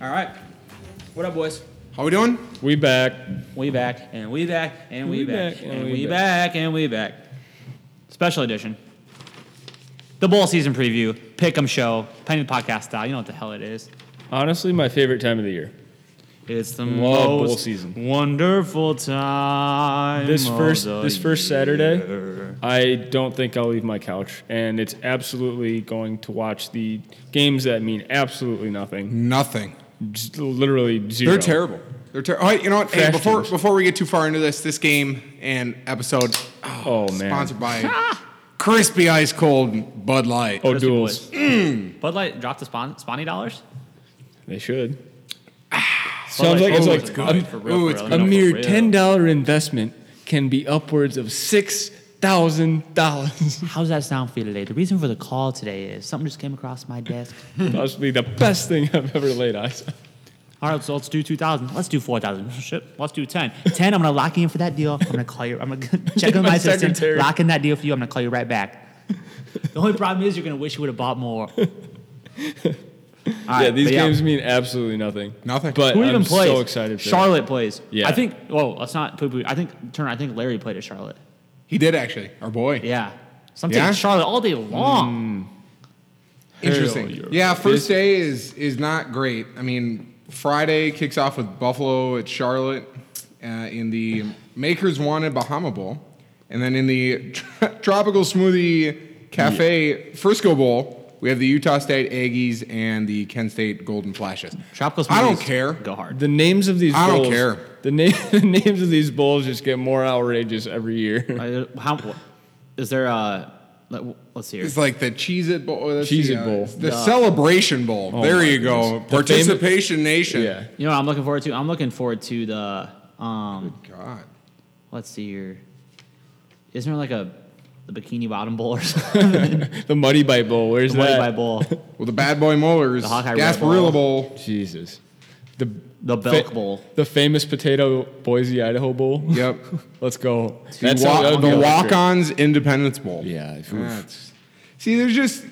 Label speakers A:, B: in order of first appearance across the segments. A: All right. What up, boys?
B: How we doing?
C: We back.
A: We back and we back and we,
C: We
A: back,
C: back,
A: and we back. and we back. Special edition. The bowl season preview, pick'em show, penny podcast style. You know what the hell it is.
C: Honestly, my favorite time of the year.
A: It's the
C: Love bowl
A: most
C: season.
A: wonderful time.
C: This
A: of
C: first
A: the
C: this first Saturday, I don't think I'll leave my couch, and it's absolutely going to watch the games that mean absolutely nothing,
B: Nothing.
C: Just literally zero.
B: They're terrible. They're terrible. you know what? Hey,
C: Trash
B: before
C: teams.
B: before we get too far into this, this game and episode
C: Oh man.
B: sponsored by crispy ice cold Bud Light.
C: oh
A: Crispy
C: duels. Mm.
A: boys. Bud Light dropped the spon- sponny dollars.
C: They should.
A: Bud
C: Sounds
A: Light
C: like it's
A: is
C: like
A: good.
C: a-
A: For real,
B: Ooh,
A: for
B: it's
A: real.
C: a
A: No, for
C: mere
A: real.
C: ten dollar investment can be upwards of six thousand dollars.
A: How's that sound for you today? The reason for the call today is something just came across my desk.
C: Possibly the best thing I've ever laid eyes on.
A: All right, so let's do 2,000. Let's do 4,000. Shit, let's do 10. 10, I'm going to lock you in for that deal. I'm going to call you. I'm going to check on my,
C: My
A: assistant.
C: secretary.
A: Lock in that deal for you. I'm going to call you right back. The only problem is you're going to wish you would have bought more. All right,
C: yeah, these
A: but
C: games mean absolutely nothing.
B: Nothing.
C: But
A: Who
C: I'm
A: even plays?
C: so excited. For
A: Charlotte plays.
C: Yeah.
A: I think, well, let's not poo poo. I think, Turner, I think Larry played at Charlotte.
B: He did actually. Our boy.
A: Yeah. So I'm
B: Yeah?
A: taking Charlotte all day
C: Mm.
A: long.
B: Interesting.
C: Hell, you're-
B: yeah, first day is is not great. I mean, Friday kicks off with Buffalo at Charlotte uh, in the Makers Wanted Bahama Bowl, and then in the Tropical Smoothie Cafe Frisco Bowl, we have the Utah State Aggies and the Kent State Golden Flashes.
A: Tropical
B: I don't
A: smoothies
B: care.
A: Go hard.
C: The names of these
B: I don't
C: bowls,
B: care.
C: The, na- the names of these bowls just get more outrageous every year.
A: Uh, How, is there a, let, let's see here.
B: It's like the Cheez It Bowl. That's the,
C: Cheez-It
B: uh,
C: Bowl. Oh
B: The Celebration Bowl. there
C: my
B: you go.
C: goodness. The fam-
B: Participation Nation.
C: yeah.
A: You know what I'm looking forward to? I'm looking forward to the um
B: God.
A: let's see here. Isn't there like a the bikini bottom bowl or something?
C: The Muddy Bite Bowl. Where's
A: The
C: that?
A: White Bite Bowl.
B: Well, the Bad Boy Molars,
A: The Hawkeye Red
B: Gasparilla
A: Bowl.
B: Bowl.
C: Jesus. The
A: The Belk Bowl.
C: The famous potato Boise, Idaho Bowl.
B: Yep.
C: Let's go.
B: The,
C: how- that would be
B: the
C: electric.
B: walk-ons Independence Bowl.
C: Yeah. if-
B: That's, see, there's just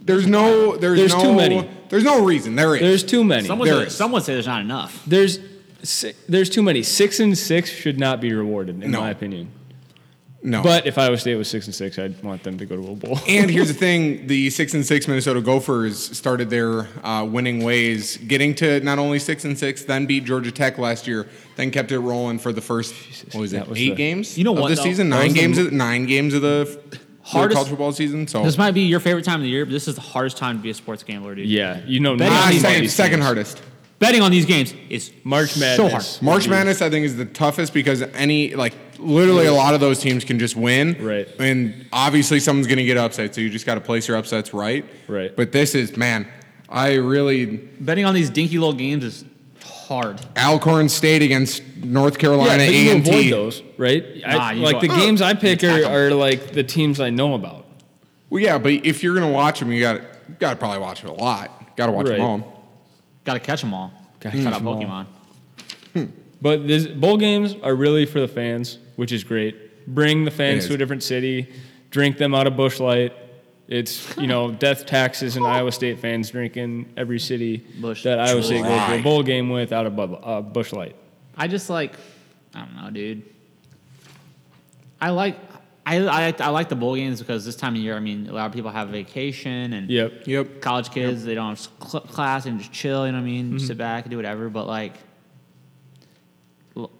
B: there's no there's,
C: There's
B: no,
C: too many.
B: There's no reason. There is.
C: There's too many.
A: Some would,
B: There
A: say,
B: is.
A: some would say there's not enough.
C: There's si- there's too many. Six and six should not be rewarded, in
B: No.
C: my opinion.
B: no.
C: But if Iowa State was six and six, I'd want them to go to a bowl.
B: and here's the thing: the six and six Minnesota Gophers started their uh, winning ways, getting to not only six and six, then beat Georgia Tech last year, then kept it rolling for the first what was it
C: that was
B: eight
C: the-
B: games?
A: You know
B: of
A: what,
B: This
A: though?
B: season
C: That
B: nine
C: was the
B: games, of, nine games of the f- the
A: Hardest-
B: college football season. So
A: This might be your favorite time of the year, but this is the hardest time to be a sports gambler, dude.
C: yeah, you know,
A: Betting
C: none
B: Ah,
C: of
A: on
C: these
A: these
B: second,
C: teams-
B: second hardest.
A: Betting on these games is
C: March
A: so
C: Madness.
A: hard.
B: March Madness, I think, is the toughest because any like literally a lot of those teams can just win.
C: Right.
B: And obviously someone's going to get upset, so you just got to place your upsets right.
C: Right.
B: But this is man, I really
A: Betting on these dinky little games is hard.
B: Alcorn State against North
C: Yeah,
B: Carolina
C: but
B: A
C: you
B: and
C: avoid
B: T.
C: those, right?
A: Nah,
C: I,
A: you
C: like
A: go-
C: the games I pick
A: You
C: are,
A: tackle.
C: are like the teams I know about.
B: Well, yeah, but if you're going to watch them, you got got to probably watch it a lot. Got to watch
C: Right.
B: them all.
A: Gotta catch them all.
C: Gotta
A: Shout
C: catch
A: out
C: 'em all.
A: Pokemon.
C: But this, bowl games are really for the fans, which is great. Bring the
B: It is.
C: fans to a different city, drink them out of Bush Light. It's you know death taxes and Iowa State fans drinking every city
A: Busch
C: that Iowa State goes to
B: Light.
C: a bowl game with out of Bud, uh, Bush Light.
A: I just like, I don't know, dude. I like, I, I, I like the bowl games because this time of year, I mean, a lot of people have vacation and
C: Yep.
B: Yep.
A: college kids, they don't have cl- class and just chill, you know what I mean? Sit back and do whatever. But like, l-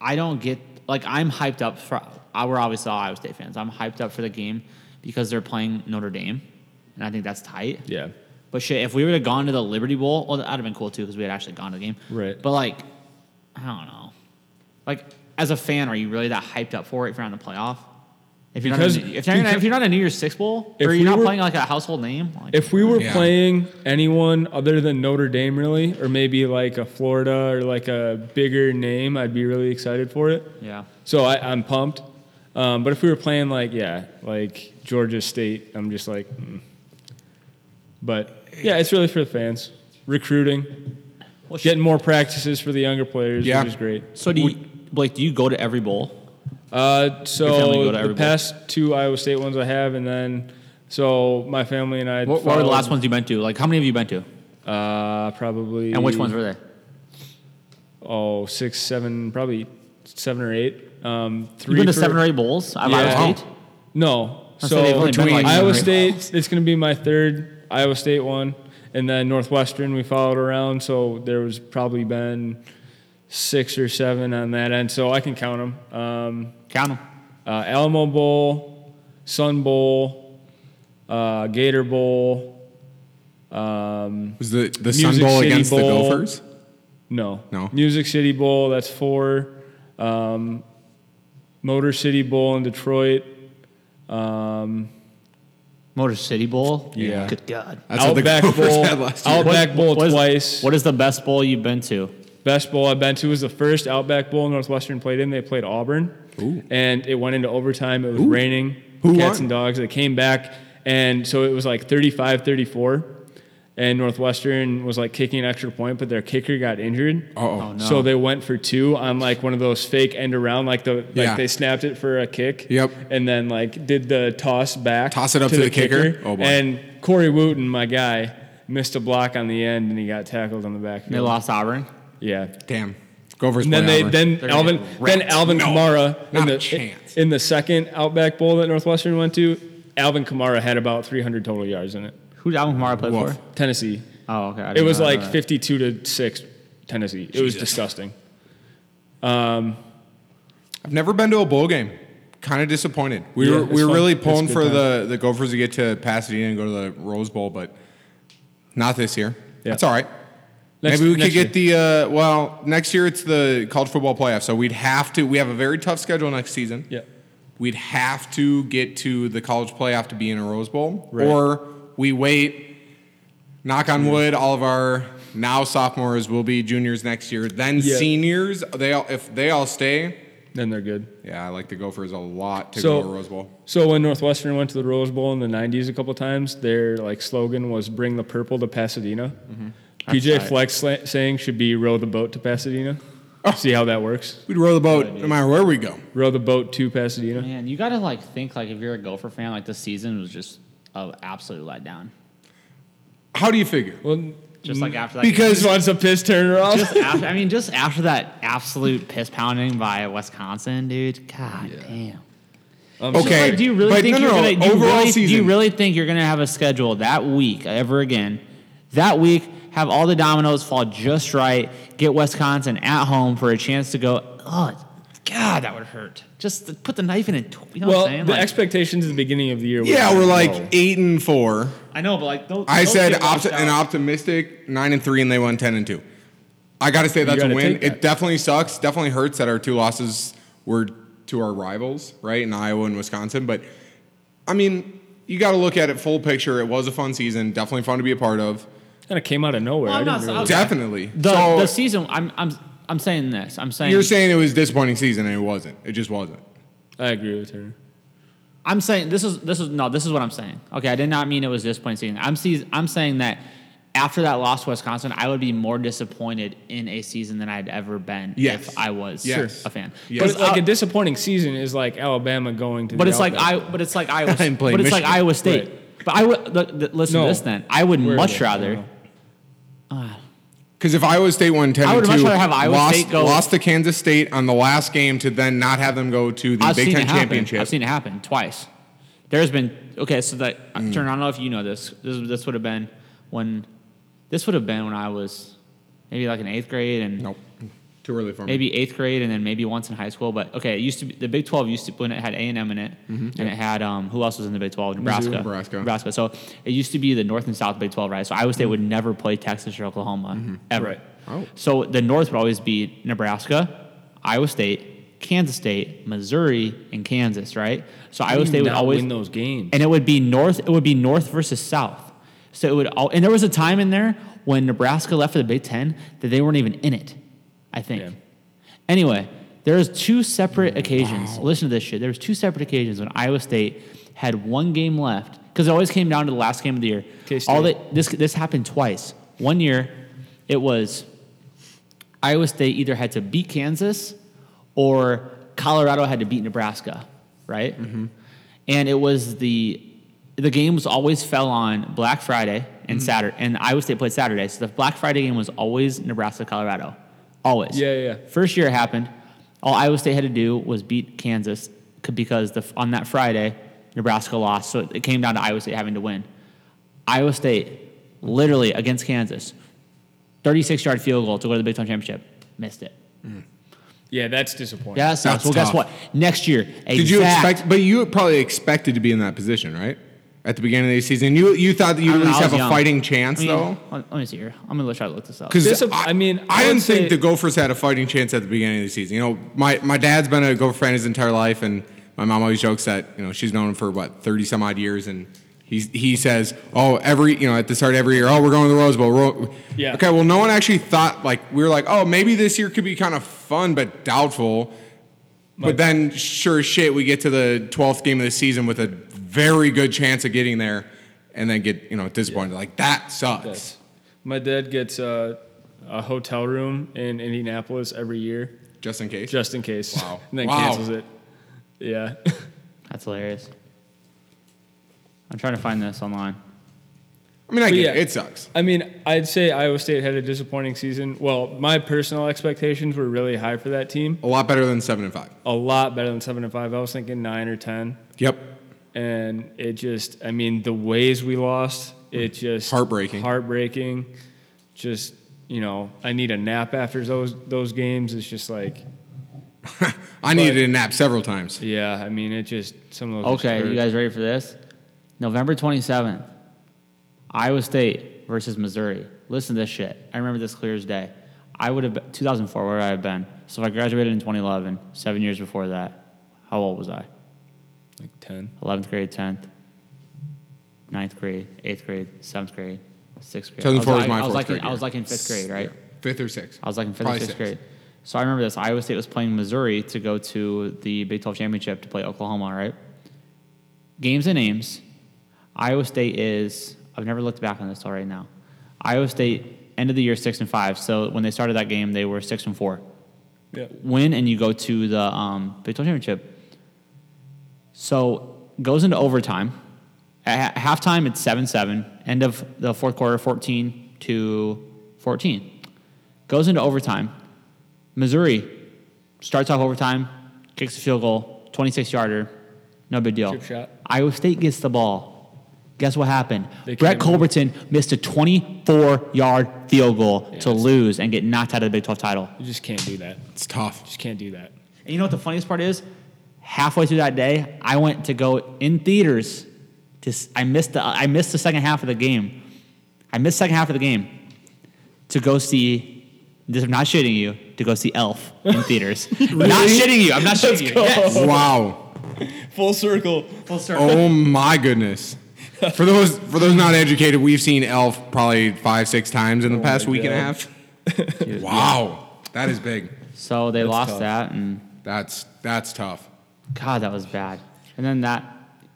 A: I don't get, like, I'm hyped up for, I- we're obviously all Iowa State fans. I'm hyped up for the game because they're playing Notre Dame. And I think that's tight.
C: Yeah.
A: But shit, if we would have gone to the Liberty Bowl, well, that'd have been cool too because we had actually gone to the game.
C: Right.
A: But like, I don't know. Like, as a fan, are you really that hyped up for it if you're not in the playoff? If you're
C: Because-
A: not, in the- if you're, not, if
C: because-
A: you're not a New Year's Six Bowl,
C: If
A: or you're
C: we
A: not
C: were-
A: playing like a household name, like,
C: If we were
B: Yeah.
C: playing anyone other than Notre Dame, really, or maybe like a Florida or like a bigger name, I'd be really excited for it.
A: yeah,
C: So I, I'm pumped. Um, but if we were playing like yeah, like Georgia State, I'm just like, mm. hmm. But yeah, it's really for the fans. Recruiting, getting more practices for the younger players,
B: Yeah.
C: which is great.
A: So do you, Blake? Do you go to every bowl?
C: Uh,
A: family go to
C: so
A: every
C: the
A: bowl?
C: past two Iowa State ones I have, and then so my family and I.
A: What, what were the
C: followed,
A: last ones you been to? Like, how many have you been to,
C: Uh, probably.
A: and which ones were they?
C: Oh, six, seven, probably seven or eight. Um,
A: You
C: three
A: been to
C: for-
A: seven or eight bowls? Out of
C: Yeah.
A: Iowa State.
C: No.
A: So
C: So
A: they've only been
B: between
A: like
C: Iowa
A: three.
C: State, it's going to be my third Iowa State one, and then Northwestern we followed around. So there was probably been six or seven on that end. So I can count them. Um,
A: Count 'em.
C: uh, Alamo Bowl, Sun Bowl, uh, Gator Bowl. Um,
B: Was the, the
C: Music
B: Sun Bowl
C: City
B: against the
C: Bowl.
B: Gophers?
C: no.
B: No.
C: Music City Bowl, that's four. Um, Motor City Bowl in Detroit. Um,
A: Motor City Bowl.
C: Yeah.
A: Good God.
B: That's what the
C: Outback
B: Gophers
C: Bowl.
B: had last year.
C: Outback Bowl
A: what is,
C: twice.
A: What is the best bowl you've been to?
C: Best bowl I've been to was the first Outback Bowl Northwestern played in. They played Auburn,
B: Ooh.
C: and it went into overtime. It was raining.
B: Who
C: cats
B: won?
C: and dogs. They came back, and so it was like 35-34. And Northwestern was like kicking an extra point, but their kicker got injured.
B: Uh-oh.
A: Oh, no.
C: So they went for two on like one of those fake end around, like the like
B: Yeah.
C: they snapped it for a kick.
B: Yep.
C: And then like did the toss back,
B: Toss it up to the kicker? Oh, boy.
C: And Corey Wooten, my guy, missed a block on the end, and he got tackled on the backfield.
A: They lost Auburn.
C: yeah.
B: Damn. Gophers
C: And then
B: play
C: they
B: Auburn.
C: then
A: gonna
C: Alvin
A: get
C: then Alvin Kamara
B: not
C: in
B: a
C: the
B: chance.
C: in the second Outback Bowl that Northwestern went to, Alvin Kamara had about 300 total yards in it.
A: Who did Alvin Kamara play
B: Woof.
A: for?
C: Tennessee.
A: Oh, okay. I
C: It
A: didn't
C: was
A: know
C: like
A: that.
C: 52 to 6 Tennessee. It was
B: Uh, Jesus.
C: disgusting.
B: I've never been to a bowl game. Kind of disappointed. We
C: Yeah,
B: were
C: it's
B: we were
C: fun.
B: really
C: It's a
B: pulling
C: good
B: for
C: time.
B: the, the Gophers to get to Pasadena and go to the Rose Bowl, but not this year.
C: Yeah.
B: That's all right.
C: Next-
B: Maybe we could
C: next
B: get the uh, well next year. It's the college football playoff, so we'd have to. We have a very tough schedule next season.
C: Yeah.
B: we'd have to get to the college playoff to be in a Rose Bowl,
C: Right.
B: or we wait. Knock on wood, all of our now sophomores will be juniors next year. Then
C: Yeah.
B: seniors, they all, if they all stay,
C: Then they're good.
B: yeah, I like the Gophers a lot to
C: So-
B: go to Rose Bowl.
C: So when Northwestern went to the Rose Bowl in the 90s a couple times, their like slogan was "Bring the purple to Pasadena."
B: Mm-hmm.
C: PJ
A: right.
C: Flex sla- saying should be "Row the boat to Pasadena." See how that works.
B: We'd row the boat no matter where we go.
C: Row the boat to Pasadena.
A: Man, you gotta like think like if you're a Gopher fan, like this season was just an absolute letdown.
B: How do you figure?
C: Well,
A: Just like after that,
C: Because once a piss turner off.
A: just after, I mean, just after that absolute piss pounding by Wisconsin, dude. God damn.
B: Okay.
A: Like, do you really
B: but
A: think
B: no,
A: you're
B: no,
A: gonna do you,
B: overall
A: really, do you
B: season.
A: really think you're gonna have a schedule that week ever again? That week, have all the dominoes fall just right, get Wisconsin at home for a chance to go. Oh, God, that would hurt. Just to put the knife in it. tw- You know
C: Well,
A: what I'm saying?
C: the
A: Like,
C: expectations at the beginning of the year. were
B: Yeah, we're like
C: low.
B: eight and four.
A: I know, but like those,
B: I
A: those
B: said
A: get washed
B: opt-
A: out.
B: an optimistic nine and three, and they won ten and two. I got to say that's
C: gotta
B: a win.
C: take that.
B: It definitely sucks. Definitely hurts that our two losses were to our rivals, right, in Iowa and Wisconsin. But I mean, you got to look at it full picture. It was a fun season. Definitely fun to be a part of.
C: kind of came out of nowhere.
A: Well,
C: I
A: I'm
C: didn't
A: not-
C: really-
A: I'm-
B: Definitely.
A: the,
B: so
A: the season. I'm I'm I'm saying this. I'm saying
B: you're saying it was a disappointing season, and it wasn't. It just wasn't.
C: I agree with her.
A: I'm saying this is this is no, this is what I'm saying. Okay, I did not mean it was disappointing. I'm seas- I'm saying that after that loss to Wisconsin, I would be more disappointed in a season than I'd ever been
B: Yes.
A: if I was
B: Yes.
A: a fan.
B: Yes. uh,
C: But
A: But,
C: it's like
A: I-
C: a disappointing season is like Alabama going to.
A: but
C: the
A: it's like
C: Outback.
A: I but it's like Iowa
B: I'm
A: but
B: playing
A: it's like
B: Michigan.
A: Iowa State. But I would the, the, listen
C: No.
A: to this then. I would
C: Where
A: much
C: is it? I
A: rather
C: don't
B: Because if Iowa State won ten
A: I would
B: and
A: much
B: two,
A: rather have Iowa
B: lost,
A: State go-
B: lost to Kansas State on the last game to then not have them go to the
A: I've
B: Big
A: seen
B: Ten
A: it happen.
B: championship.
A: I've seen it happen twice. There's been okay, so that
B: Mm.
A: turn. I don't know if you know this. This this would have been when this would have been when I was maybe like in eighth grade and
B: nope, too early for me.
A: maybe eighth grade and then maybe once in high school. But okay, it used to be the Big Twelve used to when it had A and M in it,
B: Mm-hmm.
A: and it had um, who else was in the Big Twelve? Nebraska,
B: Nebraska. Mm-hmm.
A: Nebraska. So it used to be the North and South Big Twelve, right? So Iowa State would never play Texas or Oklahoma ever.
C: Right.
B: Oh.
A: So the North would always be Nebraska, Iowa State, Kansas State, Missouri, and Kansas, right? So Iowa State would
C: not
A: always
C: Mm, win those games.
A: and it would be north. It would be north versus south. So it would. All, and there was a time in there when Nebraska left for the Big Ten that they weren't even in it. I think.
C: Yeah.
A: Anyway, there's two separate occasions. Listen to this shit. There was two separate occasions when Iowa State had one game left because it always came down to the last game of the year.
C: K-State.
A: All that this this happened twice. One year, it was Iowa State either had to beat Kansas or Colorado had to beat Nebraska, right?
C: Mm-hmm.
A: And it was the the games always fell on Black Friday and
C: Mm-hmm.
A: Saturday, and Iowa State played Saturday, so the Black Friday game was always Nebraska Colorado, always.
C: Yeah, yeah, yeah.
A: First year it happened, all Iowa State had to do was beat Kansas c- because the, on that Friday Nebraska lost, so it came down to Iowa State having to win. Iowa State, literally against Kansas, 36 yard field goal to go to the Big Ten Championship. Missed it.
C: Yeah, that's disappointing.
A: Yeah, that sucks.
B: That's
A: well, guess
B: tough.
A: what? Next year, exact,
B: Did you expect? But you probably expected to be in that position, right? At the beginning of the season, you you thought that you
A: I
B: at
A: don't know,
B: least
A: I
B: have
A: was
B: a
A: young.
B: fighting chance,
A: I mean,
B: though.
A: Let let me see here. I'm gonna try to look this up.
B: Because
C: This- I mean,
B: I
C: I
B: didn't
C: would say-
B: think the Gophers had a fighting chance at the beginning of the season. You know, my, my dad's been a Gopher fan his entire life, and my mom always jokes that you know she's known him for what thirty some odd years, and he's, he says, oh, every you know at the start of every year, oh, we're going to the Rose Bowl. Ro-
C: Yeah.
B: Okay. Well, no one actually thought like we were like, oh, maybe this year could be kind of fun, but doubtful. But then, sure as shit, we get to the twelfth game of the season with a very good chance of getting there, and then get you know disappointed. Like that sucks.
C: Yes. My dad gets a, a hotel room in Indianapolis every year
B: Just in case.
C: just in case.
B: Wow.
C: and then
B: Wow.
C: cancels it. Yeah.
A: That's hilarious. I'm trying to find this online.
B: I mean, I
C: But
B: get it.
C: yeah.
B: It sucks.
C: I mean, I'd say Iowa State had a disappointing season. Well, my personal expectations were really high for that team.
B: A lot better than seven and five.
C: A lot better than 7 and 5. I was thinking 9 or 10.
B: Yep.
C: and it just i mean the ways we lost it just
B: Heartbreaking.
C: heartbreaking just you know i need a nap after those those games it's just like
B: I needed a nap several times.
C: yeah i mean it just some of those just
A: Okay,
C: hurt.
A: you guys ready for this? November 27th, Iowa State versus Missouri. Listen to this shit. I remember this clear as day. I would have been, 2004, where would I have been? So if I graduated in 2011, seven years before that, how old was I?
C: like 10
A: 11th grade, 10th, 9th grade, 8th grade, 7th grade, 6th grade.
B: 2004
A: I
B: was
A: I
B: my
A: was
B: fourth
A: like in-
B: grade
A: I was
B: year.
A: like in 5th grade, right?
B: Fifth or sixth.
A: I was like in fifth or
B: Probably
A: sixth
B: sixth.
A: grade. So I remember this. Iowa State was playing Missouri to go to the Big 12 championship to play Oklahoma, right? Games and names. Iowa State is, I've never looked back on this till right now. Iowa State, end of the year, six and five. So when they started that game, they were six and four.
C: yeah
A: Win and you go to the um, Big 12 championship. So goes into overtime. At ha- halftime, it's 7 7. End of the fourth quarter, 14 to 14. Goes into overtime. Missouri starts off overtime, kicks a field goal, 26 yarder. No big deal.
C: Chip shot.
A: Iowa State gets the ball. Guess what happened?
C: They
A: Brett
C: came in.
A: Culberton missed a 24 yard field goal to
C: that's-
A: lose and get knocked out of the Big 12 title.
C: you just can't do that
B: It's tough.
C: just can't do that
A: And you know what the funniest part is? Halfway through that day, I went to go in theaters. To, s- I missed the I missed the second half of the game. I missed second half of the game to go see. This I'm not shitting you. To go see Elf in theaters. Not shitting you. I'm not shitting you. Yes.
B: Wow.
C: full circle full circle
B: Oh my goodness. For those for those not educated, we've seen Elf probably five six times
A: Oh
B: in the past
C: my
B: week and a
C: God.
B: half. wow, that is big.
A: So they lost
C: tough.
A: that, and
B: That's that's tough.
A: God, that was bad. And then that,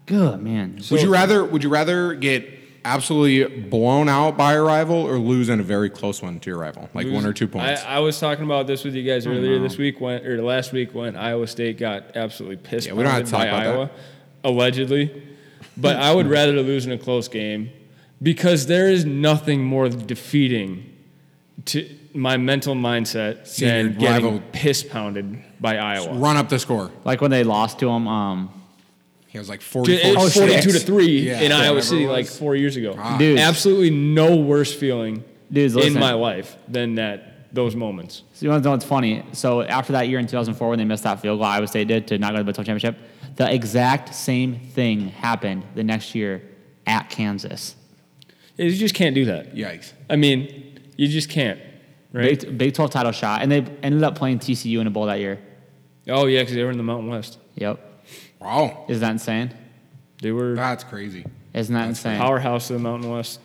A: good man.
B: would you rather Would you rather get absolutely blown out by a rival or lose in a very close one to your rival, like one or two points? Mm-hmm.
C: I, I was talking about this with you guys earlier this week when or last week when Iowa State got absolutely pissed
B: Yeah, we don't have to
C: pounded
B: talk
C: by
B: about
C: Iowa, allegedly. But I would rather lose in a close game because there is nothing more defeating to my mental mindset
B: Seeing
C: than
B: your
C: getting
B: rival-
C: piss pounded by Iowa.
B: Run up the score.
A: Like when they lost to him, um,
B: He was like forty.
C: Dude, it was 42 to 3
B: Yeah.
C: in Iowa
B: Whatever
C: City
B: it
C: like
B: was. Ah.
C: 4 years ago.
A: Dude.
C: Absolutely no worse feeling
A: Dudes,
C: in
A: listen.
C: my life than that those moments.
A: So you want to know what's funny? So after that year in 2004, when they missed that field goal, Iowa State did to not go to the Big 12 championship. The exact same thing happened the next year at Kansas.
C: You just can't do that.
B: Yikes.
C: I mean, you just can't, right?
A: Big, Big 12 title shot, and they ended up playing TCU in a bowl that year.
C: Oh yeah, because they were in the Mountain West.
A: Yep.
B: Wow,
A: Isn't that insane?
C: They were
B: that's crazy.
A: Isn't that insane?
C: powerhouse of the Mountain West.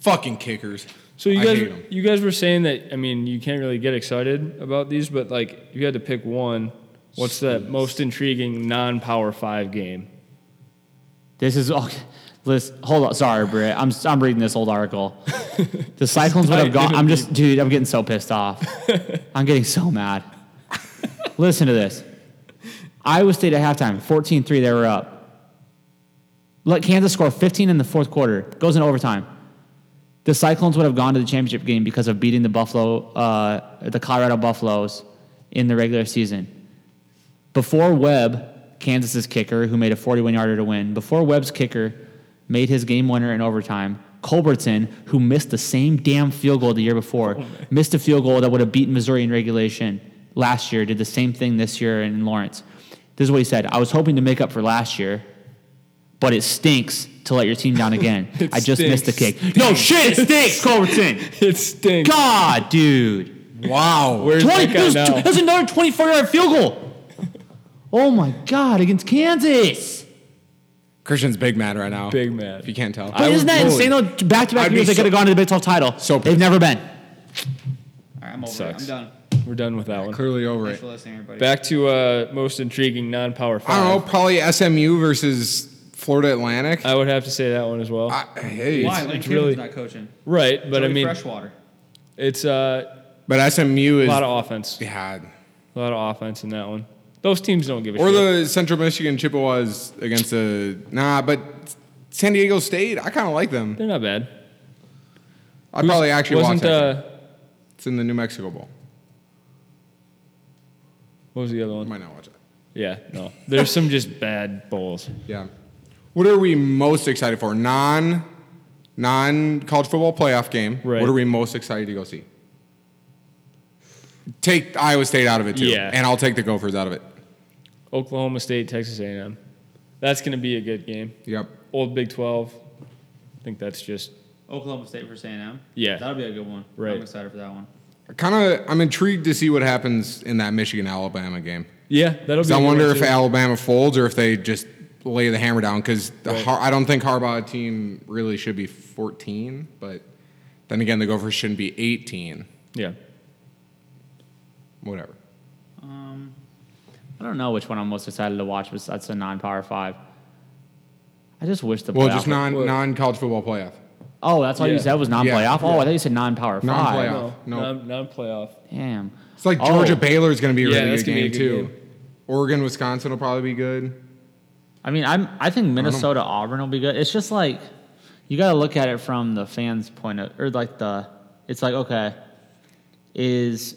B: Fucking kickers.
C: So you
B: I
C: guys,
B: hate 'em.
C: you guys were saying that. I mean, you can't really get excited about these, but like, if you had to pick one, what's the most intriguing non-power five game?
A: This is all. Listen, hold on. Sorry, Britt. I'm I'm reading this old article. The Cyclones would have gone. I'm just, dude. I'm getting so pissed off. I'm getting so mad. Listen to this. Iowa State at halftime, 14-3. They were up. Let Kansas score 15 in the fourth quarter. Goes in overtime. The Cyclones would have gone to the championship game because of beating the Buffalo, uh, the Colorado Buffaloes, in the regular season. Before Webb, Kansas's kicker, who made a 41 yarder to win, before Webb's kicker made his game winner in overtime, Culbertson, who missed the same damn field goal the year
C: Oh,
A: before, missed a field goal that would have beaten Missouri in regulation last year, did the same thing this year in Lawrence. This is what he said I was hoping to make up for last year, but it stinks to let your team down again.
C: It
A: I just missed the
C: stinks.
A: kick. No shit, it stinks, Culbertson.
C: It stinks.
A: God, dude.
B: Wow.
C: Where's
A: 20,
C: that guy
A: there's,
C: now?
A: tw- there's another 24 yard field goal. Oh my God, against Kansas.
B: Christian's big mad right now.
C: Big mad.
B: If you can't tell.
A: But isn't that insane though? Back to back
B: I'd be
A: years they
B: so-
A: could have gone to the Big 12 title.
B: So
A: They've
B: pissed.
A: never been. All
D: right, I'm over
C: Sucks.
D: it. I'm done.
C: We're done with that one.
B: Clearly over
D: Thanks
B: it.
D: for listening, everybody.
C: Back to uh, most intriguing non-power five. Uh,
B: I don't know. Probably SMU versus Florida Atlantic.
C: I would have to say that one as well.
B: I, hey,
D: Why?
B: it's-
D: Lane
C: it's
D: Kiffin's
C: really-
D: not coaching.
C: right, but I
D: Joey
C: mean,
D: Freshwater.
C: it's uh,
B: but SMU
C: a
B: is
C: lot of offense.
B: yeah.
C: A lot of offense in that one. Those teams don't give a
B: Or
C: shit.
B: the Central Michigan Chippewas against the nah, but San Diego State. I kind of like them.
C: They're not bad.
B: I probably actually watch
C: wasn't
B: that.
C: uh,
B: It's in the New Mexico Bowl.
C: what was the other
B: I
C: one?
B: might not watch it.
C: Yeah, no. There's some just bad bowls.
B: Yeah. What are we most excited for? Non, non college football playoff game.
C: Right.
B: What are we most excited to go see? Take Iowa State out of it too,
C: Yeah.
B: and I'll take the Gophers out of it.
C: Oklahoma State, Texas A&M. That's going to be a good game.
B: Yep.
C: Old Big 12. I think that's just
D: Oklahoma State versus A&M.
C: Yeah.
D: That'll be a good one.
C: Right.
D: I'm excited for that one.
B: Kind of, I'm intrigued to see what happens in that Michigan Alabama game.
C: yeah. That'll be.
B: 'Cause I
C: a good
B: wonder
C: one,
B: if
C: too.
B: Alabama folds or if they just lay the hammer down. Because
C: Right.
B: Har- I don't think Harbaugh team really should be 14, but then again, the Gophers shouldn't be 18.
C: yeah.
B: Whatever.
D: Um,
A: I don't know which one I'm most excited to watch, but that's a non power five. I just wish the
B: Well,
A: playoff-
B: just non non college football playoff.
A: Oh, that's all you
C: Yeah.
A: said was non playoff. Oh, I thought you said non power
B: Non-playoff.
A: five.
B: Playoff. No.
C: non- non-playoff.
A: Damn.
B: It's like
A: Oh.
B: Georgia Baylor is going to be a
C: Yeah,
B: really
C: that's
B: good
C: gonna be
B: game
C: a good
B: too.
C: game.
B: Oregon Wisconsin will probably be good.
A: I mean, I'm. I think Minnesota Auburn will be good. It's just like you got to look at it from the fans' point of, or like the. It's like okay, is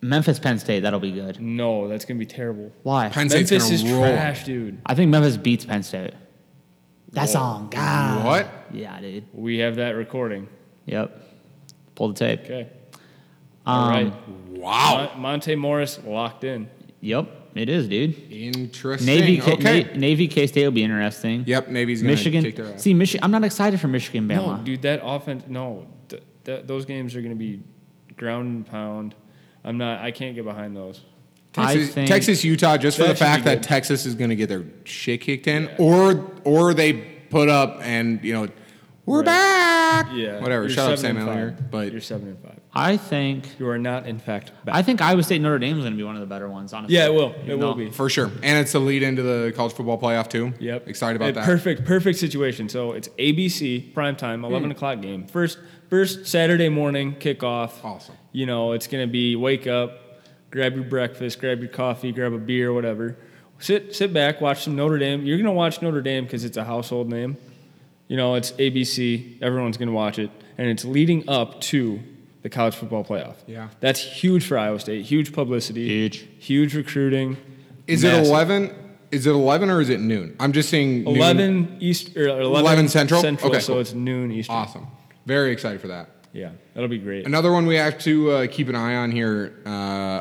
A: Memphis Penn State that'll be good?
C: No, that's going to be terrible.
A: Why?
B: Penn State's
C: Memphis
B: going
C: is
B: to roll.
C: trash, dude.
A: I think Memphis beats Penn State. That's
C: Whoa.
A: on God.
B: What?
A: Yeah, dude.
C: We have that recording.
A: Yep. Pull the tape.
C: Okay.
A: Um,
C: All right.
B: Wow.
C: Mon- Monte Morris locked in.
A: Yep. It is, dude.
B: Interesting.
A: Navy, K-
B: okay.
A: Na- Navy K State will be interesting.
B: Yep. Navy's going to kick their
A: Michigan.
B: ass.
A: See, Michigan. I'm not excited for Michigan Bama.
C: No, dude, that offense. No, th- th- those games are going to be ground and pound. I'm not. I can't get behind those.
A: I
B: Texas,
A: think-
B: Texas, Utah, just for
C: That
B: the
C: should be
B: fact that
C: good.
B: Texas is going to get their shit kicked in, or or they put up and you know we're
C: Right.
B: back.
C: Yeah.
B: Whatever.
C: You're
B: Shut up, Sam
C: seven and
B: Ellinger.
C: five.
B: But
C: you're seven and five.
A: I think.
C: You are not, in fact, back.
A: I think Iowa State Notre Dame is going to be one of the better ones. Honestly.
C: yeah, it will. It
A: Even though-
C: will be.
B: for sure, and it's a lead into the college football playoff too.
C: Yep.
B: Excited about
C: A
B: that.
C: Perfect, perfect situation. So it's ABC primetime, eleven
B: Hmm.
C: o'clock game. First, first Saturday morning kickoff.
B: Awesome.
C: You know, it's gonna be wake up, grab your breakfast, grab your coffee, grab a beer, whatever. Sit, sit back, watch some Notre Dame. You're gonna watch Notre Dame because it's a household name. You know, it's ABC. Everyone's gonna watch it, and it's leading up to the college football playoff.
B: Yeah.
C: that's huge for Iowa State. Huge publicity.
A: Huge.
C: Huge recruiting.
B: Is it
C: Massive.
B: eleven? Is it eleven or is it noon? I'm just seeing noon.
C: 11 East or 11,
B: 11 Central?
C: Central,
B: Okay,
C: so
B: cool.
C: it's noon Eastern.
B: Awesome. Very excited for that.
C: Yeah, that'll be great.
B: Another one we have to uh, keep an eye on here. Uh,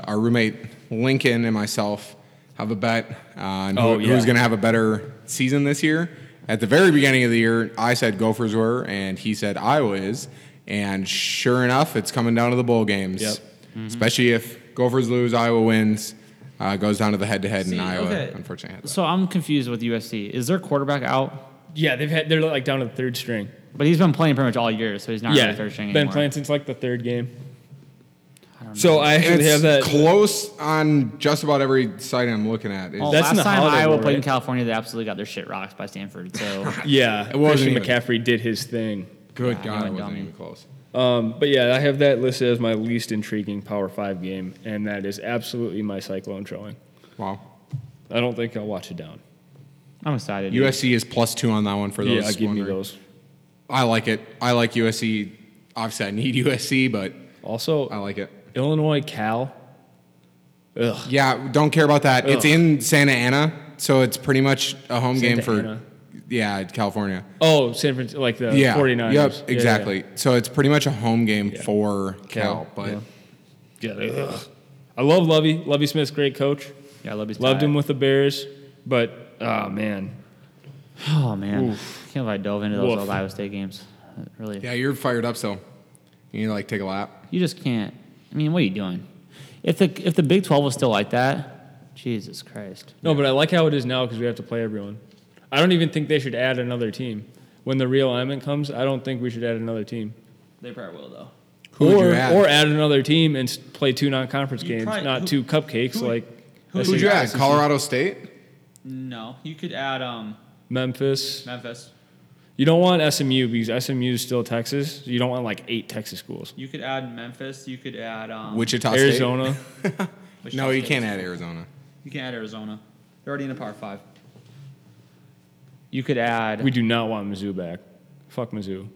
B: our roommate Lincoln and myself have a bet on who-
C: Oh, yeah.
B: who's going to have a better season this year. At the very beginning of the year, I said Gophers were, and he said Iowa is. And sure enough, it's coming down to the bowl games.
C: Yep.
B: Especially if Gophers lose, Iowa wins. Uh, goes down to the head-to-head,
D: See,
B: and Iowa
D: okay.
B: unfortunately. has that.
A: So I'm confused with USC. Is their quarterback out?
C: Yeah, they've had they're like down to the third string.
A: But he's been playing pretty much all year, so he's not
C: yeah,
A: really third string
C: been
A: anymore.
C: playing since like the third game.
A: I don't
D: don't
C: So I
B: And
C: actually
B: it's
C: have that.
B: close on just about every site I'm looking at. It's-
A: Well,
C: That's
A: last
C: not
A: time
C: how they
A: Iowa
C: were,
A: played in
C: right?
A: California, they absolutely got their shit rocked by Stanford. So
C: yeah, it
B: wasn't
C: Christian
B: even-
C: McCaffrey did his thing.
B: Good
A: Yeah,
B: God,
A: you
B: it
A: went
B: wasn't
A: dummy.
B: even close.
C: Um, but yeah, I have that listed as my least intriguing Power Five game, and that is absolutely my Cyclone showing.
B: Wow.
C: I don't think I'll watch it down.
A: I'm excited. dude.
B: USC is plus two on that one for those.
C: yeah, give me
B: wondering.
C: those.
B: I like it. I like USC. Obviously, I need USC, but
C: Also,
B: I like it.
C: Illinois Cal. Ugh.
B: Yeah, don't care about that. It's
C: Ugh.
B: in Santa Ana, so it's pretty much a home
C: Santa
B: game for
C: Ana.
B: yeah, California.
C: Oh, San Francisco, like the
B: yeah,
C: 49ers. Yeah,
B: Yep,
C: yeah,
B: exactly. So it's pretty much a home game
C: Yeah.
B: for Cal,
C: Cal,
B: but
C: yeah. Yeah, they- ugh. I love Lovey. Lovey Smith's a great coach.
A: Yeah, Lovey's
C: Loved
A: tied.
C: him with the Bears, but oh man,
A: Oh man, can't believe I dove into those
C: Woof.
A: old Iowa State games. It Really,
B: yeah, you're fired up. So you need to like take a lap.
A: you just can't. I mean, what are you doing? If the if the Big Twelve was still like that, Jesus Christ.
C: no, but I like how it is now because we have to play everyone. I don't even think they should add another team when the realignment comes. I don't think we should add another team.
D: They probably will though.
B: Who would
C: or,
B: you add?
C: or add another team and s- play two non-conference games,
D: probably-
C: not
D: who-
C: two cupcakes
D: who-
C: like
D: who-
C: I
B: Who'd
C: think
B: you add?
D: SEC.
B: Colorado State.
D: No, you could add um
C: Memphis.
D: Memphis.
C: You don't want SMU because SMU is still Texas. You don't want like eight Texas schools.
D: You could add Memphis. You could add um,
B: Wichita State.
C: Arizona.
D: which
B: No, you
D: State.
B: can't add Arizona.
D: You can add Arizona. They're already in a power five.
A: You could add
C: we do not want Mizzou back. Fuck Mizzou.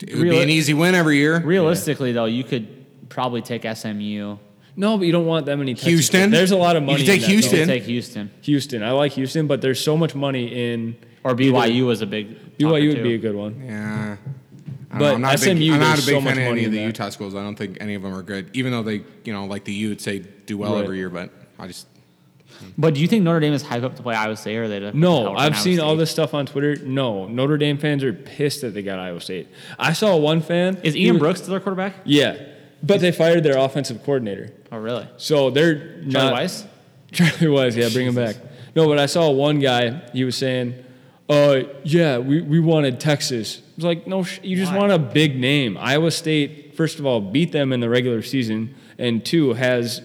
B: It would be an
A: Reali-
B: easy win every year.
A: realistically though, you could probably take SMU.
C: No, but you don't want that many. Texas
B: Houston?
C: schools. There's a lot of
B: You
C: money.
B: can take
C: in that, though.
A: You could
B: Houston.
A: take Houston
C: Houston. I like Houston, but there's so much money in
A: or BYU was a big. topper,
C: BYU would
A: too.
C: be a good one.
B: Yeah. I don't
C: But
B: know. I'm not a
C: SMU,
B: big, I'm not a
C: there's
B: big
C: so
B: fan
C: much
B: of any
C: money
B: of
C: in
B: the
C: that.
B: Utah schools. I don't think any of them are good, even though they, you know, like the Utes, they do well
C: Right.
B: every year. But I just
A: But do you think Notre Dame is hyped up to play Iowa State or they? just-
C: No,
A: or
C: I've
A: Iowa
C: seen all
A: State?
C: this stuff on Twitter. No, Notre Dame fans are pissed that they got Iowa State. I saw one fan.
A: Is
C: he
A: Ian
C: was-
A: Brooks still their quarterback?
C: Yeah, but they fired their offensive coordinator.
A: Oh really?
C: So they're
A: Charlie
C: not.
A: Weiss.
C: Charlie Weiss, yeah, bring him back. No, but I saw one guy. He was saying, "Uh, yeah, we, we wanted Texas." I was like, "No, sh- you just
A: Why?
C: want a big name." Iowa State, first of all, beat them in the regular season, and two has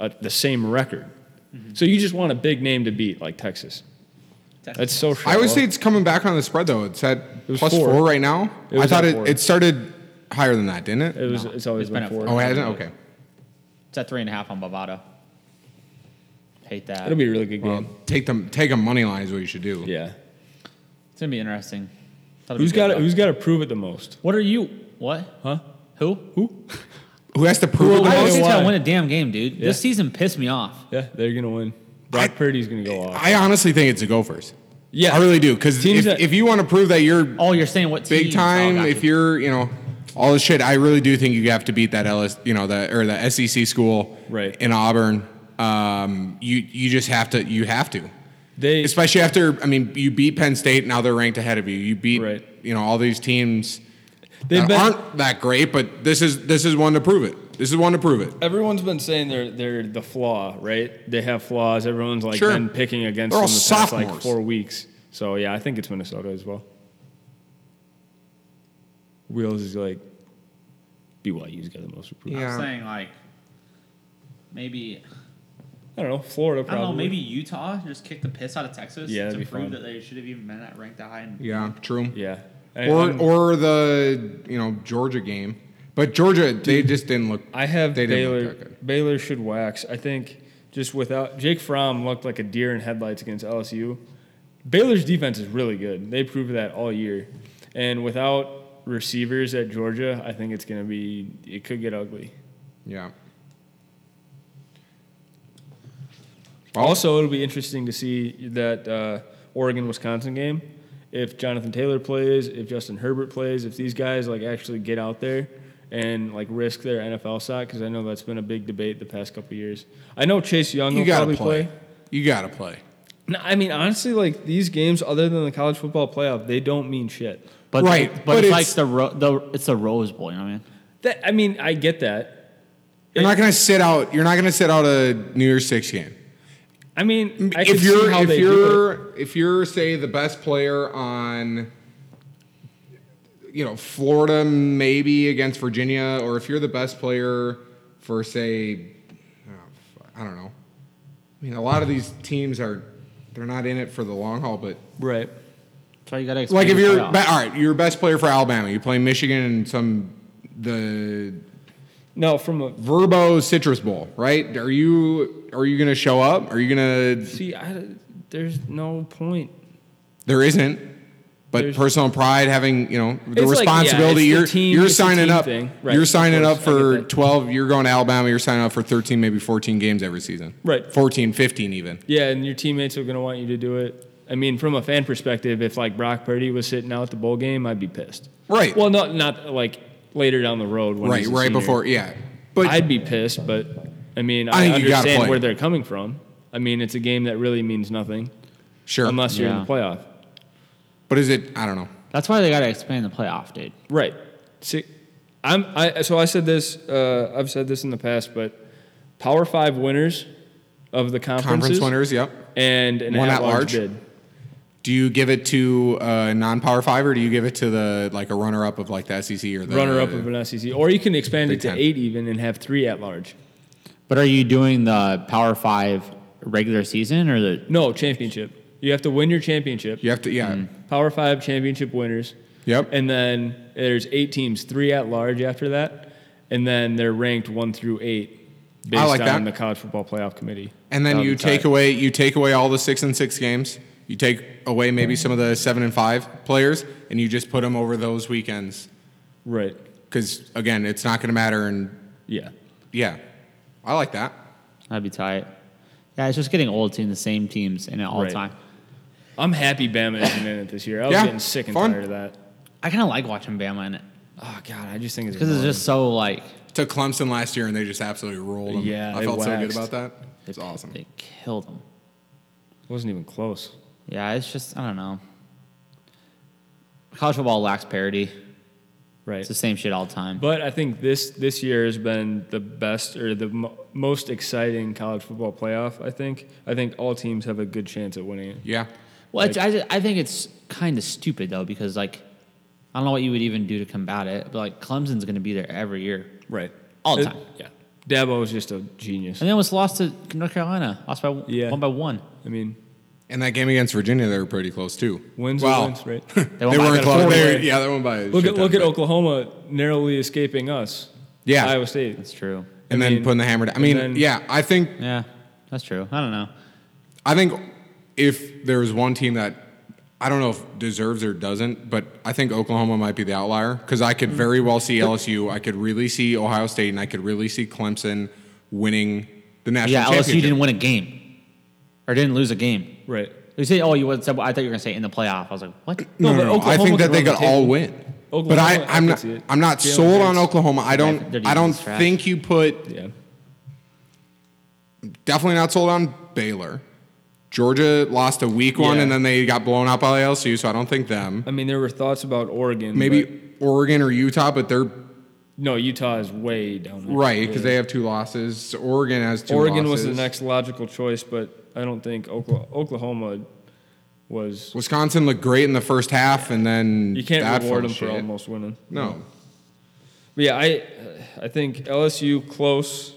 C: uh the same record.
A: Mm-hmm.
C: So you just want a big name to beat, like Texas.
D: Texas.
C: That's so. Shallow.
B: Iowa State's coming back on the spread though. It's at
C: was
B: plus
C: four.
B: four. right now.
C: It was
B: I thought
C: at
B: it,
C: four.
B: it started higher than that, didn't it?
C: It was.
A: No,
C: it's always
A: it's
C: been,
A: been a
C: four.
B: oh, it hasn't. Okay.
A: It's at three and a half on Bovada. Hate that.
C: It'll be a really good game.
B: Well, take them. Take a money line is what you should do.
C: yeah.
A: it's gonna be interesting. That'll be
C: Who's
A: good,
C: got? to
A: though.
C: Who's got to prove it the most?
A: What are you? What?
C: Huh?
A: Who?
C: Who?
B: Who has to prove it?
C: Who-
A: Iowa
C: Why?
A: State's
C: Why?
A: gonna win a damn game, dude. This
C: Yeah.
A: season pissed me off.
C: Yeah, they're gonna win. Brock
B: I-
C: Purdy's gonna go off.
B: I honestly think it's the Gophers.
C: yeah,
B: I really do. Because
C: Teams
B: if,
C: that-
B: if you want to prove that you're
A: Oh, you're saying what
B: big
A: teams?
B: time,
A: Oh, gotcha.
B: if you're you know all this shit, I really do think you have to beat that LS, you know, the or the SEC school
C: Right.
B: in Auburn. Um, you you just have to. You have to.
C: They
B: Especially after, I mean, you beat Penn State. Now they're ranked ahead of you. You beat,
C: Right.
B: you know, all these teams
C: They've
B: that
C: been-
B: aren't that great. But this is this is one to prove it. This is one to prove it.
C: Everyone's been saying they're they're the flaw, right? They have flaws. Everyone's like
B: Sure.
C: been picking against
B: They're all
C: them the past like
B: sophomores.
C: four weeks. So yeah, I think it's Minnesota as well. Wheels is like BYU's got the most improvement.
D: I'm saying like maybe
C: I don't know Florida
D: I
C: probably.
D: don't know maybe Utah just kicked the piss out of Texas
C: Yeah,
D: to
C: that'd be
D: prove
C: fun.
D: that they should have even been that ranked that high. And
B: Yeah, true.
C: yeah.
B: Or
C: And-
B: or the you know Georgia game, but Georgia they just didn't look.
C: I have
B: they didn't
C: Baylor.
B: look that good.
C: Baylor should wax. I think just without Jake Fromm looked like a deer in headlights against LSU. Baylor's defense is really good. They proved that all year, and without receivers at Georgia, I think it's going to be. It could get ugly.
B: Yeah. Well,
C: Also, it'll be interesting to see that uh, Oregon Wisconsin game. If Jonathan Taylor plays, if Justin Herbert plays, if these guys like actually get out there and like risk their NFL shot, because I know that's been a big debate the past couple years. I know Chase Young
B: you
C: will
B: gotta
C: probably
B: play.
C: play.
B: You gotta play.
C: No, I mean honestly, like these games, other than the college football playoff, they don't mean shit.
A: but
B: Right,
A: But,
B: but
A: it's,
B: it's-
A: like the, ro- the it's the Rose Bowl. You know what I mean?
C: That I mean, I get that.
B: You're not gonna sit out. You're not gonna sit out a New Year's Six game.
C: I mean, I
B: if
C: could
B: you're
C: see how
B: if
C: they do it.
B: you're if you're say the best player on you know Florida maybe against Virginia or if you're the best player for say, oh, fuck, I don't know. I mean, a lot of these teams are they're not in it for the long haul, but
C: Right.
A: That's why you gotta
B: like if
A: expand
B: you're
A: the playoffs.
B: ba- all right, you're best player for Alabama. You play Michigan and some the
C: No, from a
B: Verbo Citrus Bowl, right? Are you are you gonna show up? Are you gonna?
C: see, I, there's no point.
B: There isn't. But
C: There's-
B: personal pride, having you know the
C: It's like- yeah,
B: responsibility,
C: it's the
B: you're
C: team-
B: you're
C: it's the
B: signing
C: team
B: up,
C: thing. Right,
B: you're
C: of
B: signing
C: course,
B: up
C: I get
B: for
C: that.
B: 12. You're going to Alabama. You're signing up for 13, maybe 14 games every season.
C: Right.
B: 14, 15 even.
C: Yeah, and your teammates are going to want you to do it. I mean, from a fan perspective, if like Brock Purdy was sitting out the bowl game, I'd be pissed.
B: Right.
C: Well, not not like later down the road. When
B: right,
C: he's a
B: right
C: senior.
B: before, yeah. But
C: I'd be pissed, but I mean, I,
B: I think you gotta
C: understand
B: play.
C: where they're coming from. I mean, it's a game that really means nothing
B: sure,
C: unless you're in the
A: Yeah.
C: playoff.
B: but is it? I don't know.
A: That's why they gotta expand the playoff, dude.
C: Right. See, I'm I so I said this. Uh, I've said this in the past, but Power Five winners of the conferences
B: Conference winners, yep.
C: and an
B: One at large.
C: at-large bid.
B: Do you give it to a non-power five, or do you give it to the like a runner-up of like the SEC or the
C: runner up of an SEC, or you can expand
B: Big
C: it to
B: Ten.
C: eight even and have three at large.
A: But are you doing the Power Five regular season or the
C: No championship. You have to win your championship.
B: You have to, yeah,
C: Power Five championship winners,
B: yep.
C: Mm. and then there's eight teams, three at large after that, and then they're ranked one through eight based
B: I like
C: on
B: that.
C: the college football playoff committee.
B: And then
C: Down
B: you
C: the tie.
B: take away you take away all the six and six games. You take away maybe
C: Mm-hmm.
B: some of the seven and five players, and you just put them over those weekends.
C: right.
B: Because again, it's not going to matter. And
C: Yeah.
B: yeah, I like that.
A: that'd be tight. Yeah, it's just getting old seeing the same teams in it all
C: Right.
A: the time.
C: I'm happy Bama isn't in it this year. I was
B: Yeah,
C: getting sick and
B: fun.
C: tired of that.
A: I kinda like watching Bama in it.
C: Oh God, I just think it's
A: Because it's
C: annoying.
A: just so like
B: Took Clemson last year, and they just absolutely rolled them.
C: Yeah,
B: I
C: they
B: felt so good
C: waxed.
B: about that. It's awesome.
A: they killed them.
C: it wasn't even close.
A: Yeah, it's just I don't know. College football lacks parity.
C: Right.
A: It's the same shit all the time.
C: But I think this this year has been the best or the mo- most exciting college football playoff. I think I think all teams have a good chance at winning it.
B: Yeah,
A: Well, it's, I, ju- I think it's kind of stupid though because like I don't know what you would even do to combat it, but like Clemson's going to be there every year,
C: Right,
A: all the time.
C: yeah, Dabo is just a genius.
A: And they almost lost to North Carolina, lost by one-
C: Yeah.
A: one by one.
B: Mm-hmm.
C: I mean,
B: and that game against Virginia, they were pretty close too.
C: wins
B: Well,
C: are wins, right?
A: They,
B: They
A: won by
B: weren't
A: about
B: close.
A: four.
B: They- yeah, they won by. a
C: look
B: shit
C: at look
B: ton,
C: at
B: but-
C: Oklahoma narrowly escaping us.
B: Yeah.
C: Iowa State.
A: That's true.
B: And
C: I
B: then
C: mean-
B: putting the hammer down. I
C: and
B: mean,
C: then-
B: yeah, I think
A: Yeah, that's true. I don't know.
B: I think if there was one team that I don't know if deserves or doesn't, but I think Oklahoma might be the outlier because I could very well
C: Mm-hmm.
B: see LSU, I could really see Ohio State, and I could really see Clemson winning the national
A: Yeah,
B: championship.
A: LSU didn't win a game or didn't lose a game.
C: Right.
A: You say, oh, you would. I thought you were going to say in the playoff. I was like, what?
B: No,
C: No,
B: no,
C: but
B: no, I
C: Oklahoma
B: think that
C: could
B: they
C: run
B: could
C: the table.
B: all win. but
C: Oklahoma,
B: I,
C: I
B: I'm
C: could
B: not.
C: see it.
B: I'm not
C: Jalen
B: sold on
C: Hurts.
B: Oklahoma.
A: their
B: I don't.
A: defense
B: I don't
A: is trash.
B: think you put.
C: Yeah.
B: Definitely not sold on Baylor. Georgia lost a weak one,
C: Yeah.
B: and then they got blown out by LSU. So I don't think them.
C: I mean, there were thoughts about Oregon.
B: Maybe
C: but-
B: Oregon or Utah, but they're
C: no. Utah is way down. there.
B: Right, because they have two losses. Oregon has two
C: Oregon was
B: losses.
C: the next logical choice, but I don't think Oklahoma, Oklahoma was.
B: Wisconsin looked great in the first half, and then
C: You can't
B: that
C: reward
B: fell
C: them for
B: shit.
C: almost winning.
B: No,
C: But yeah, I I think LSU close.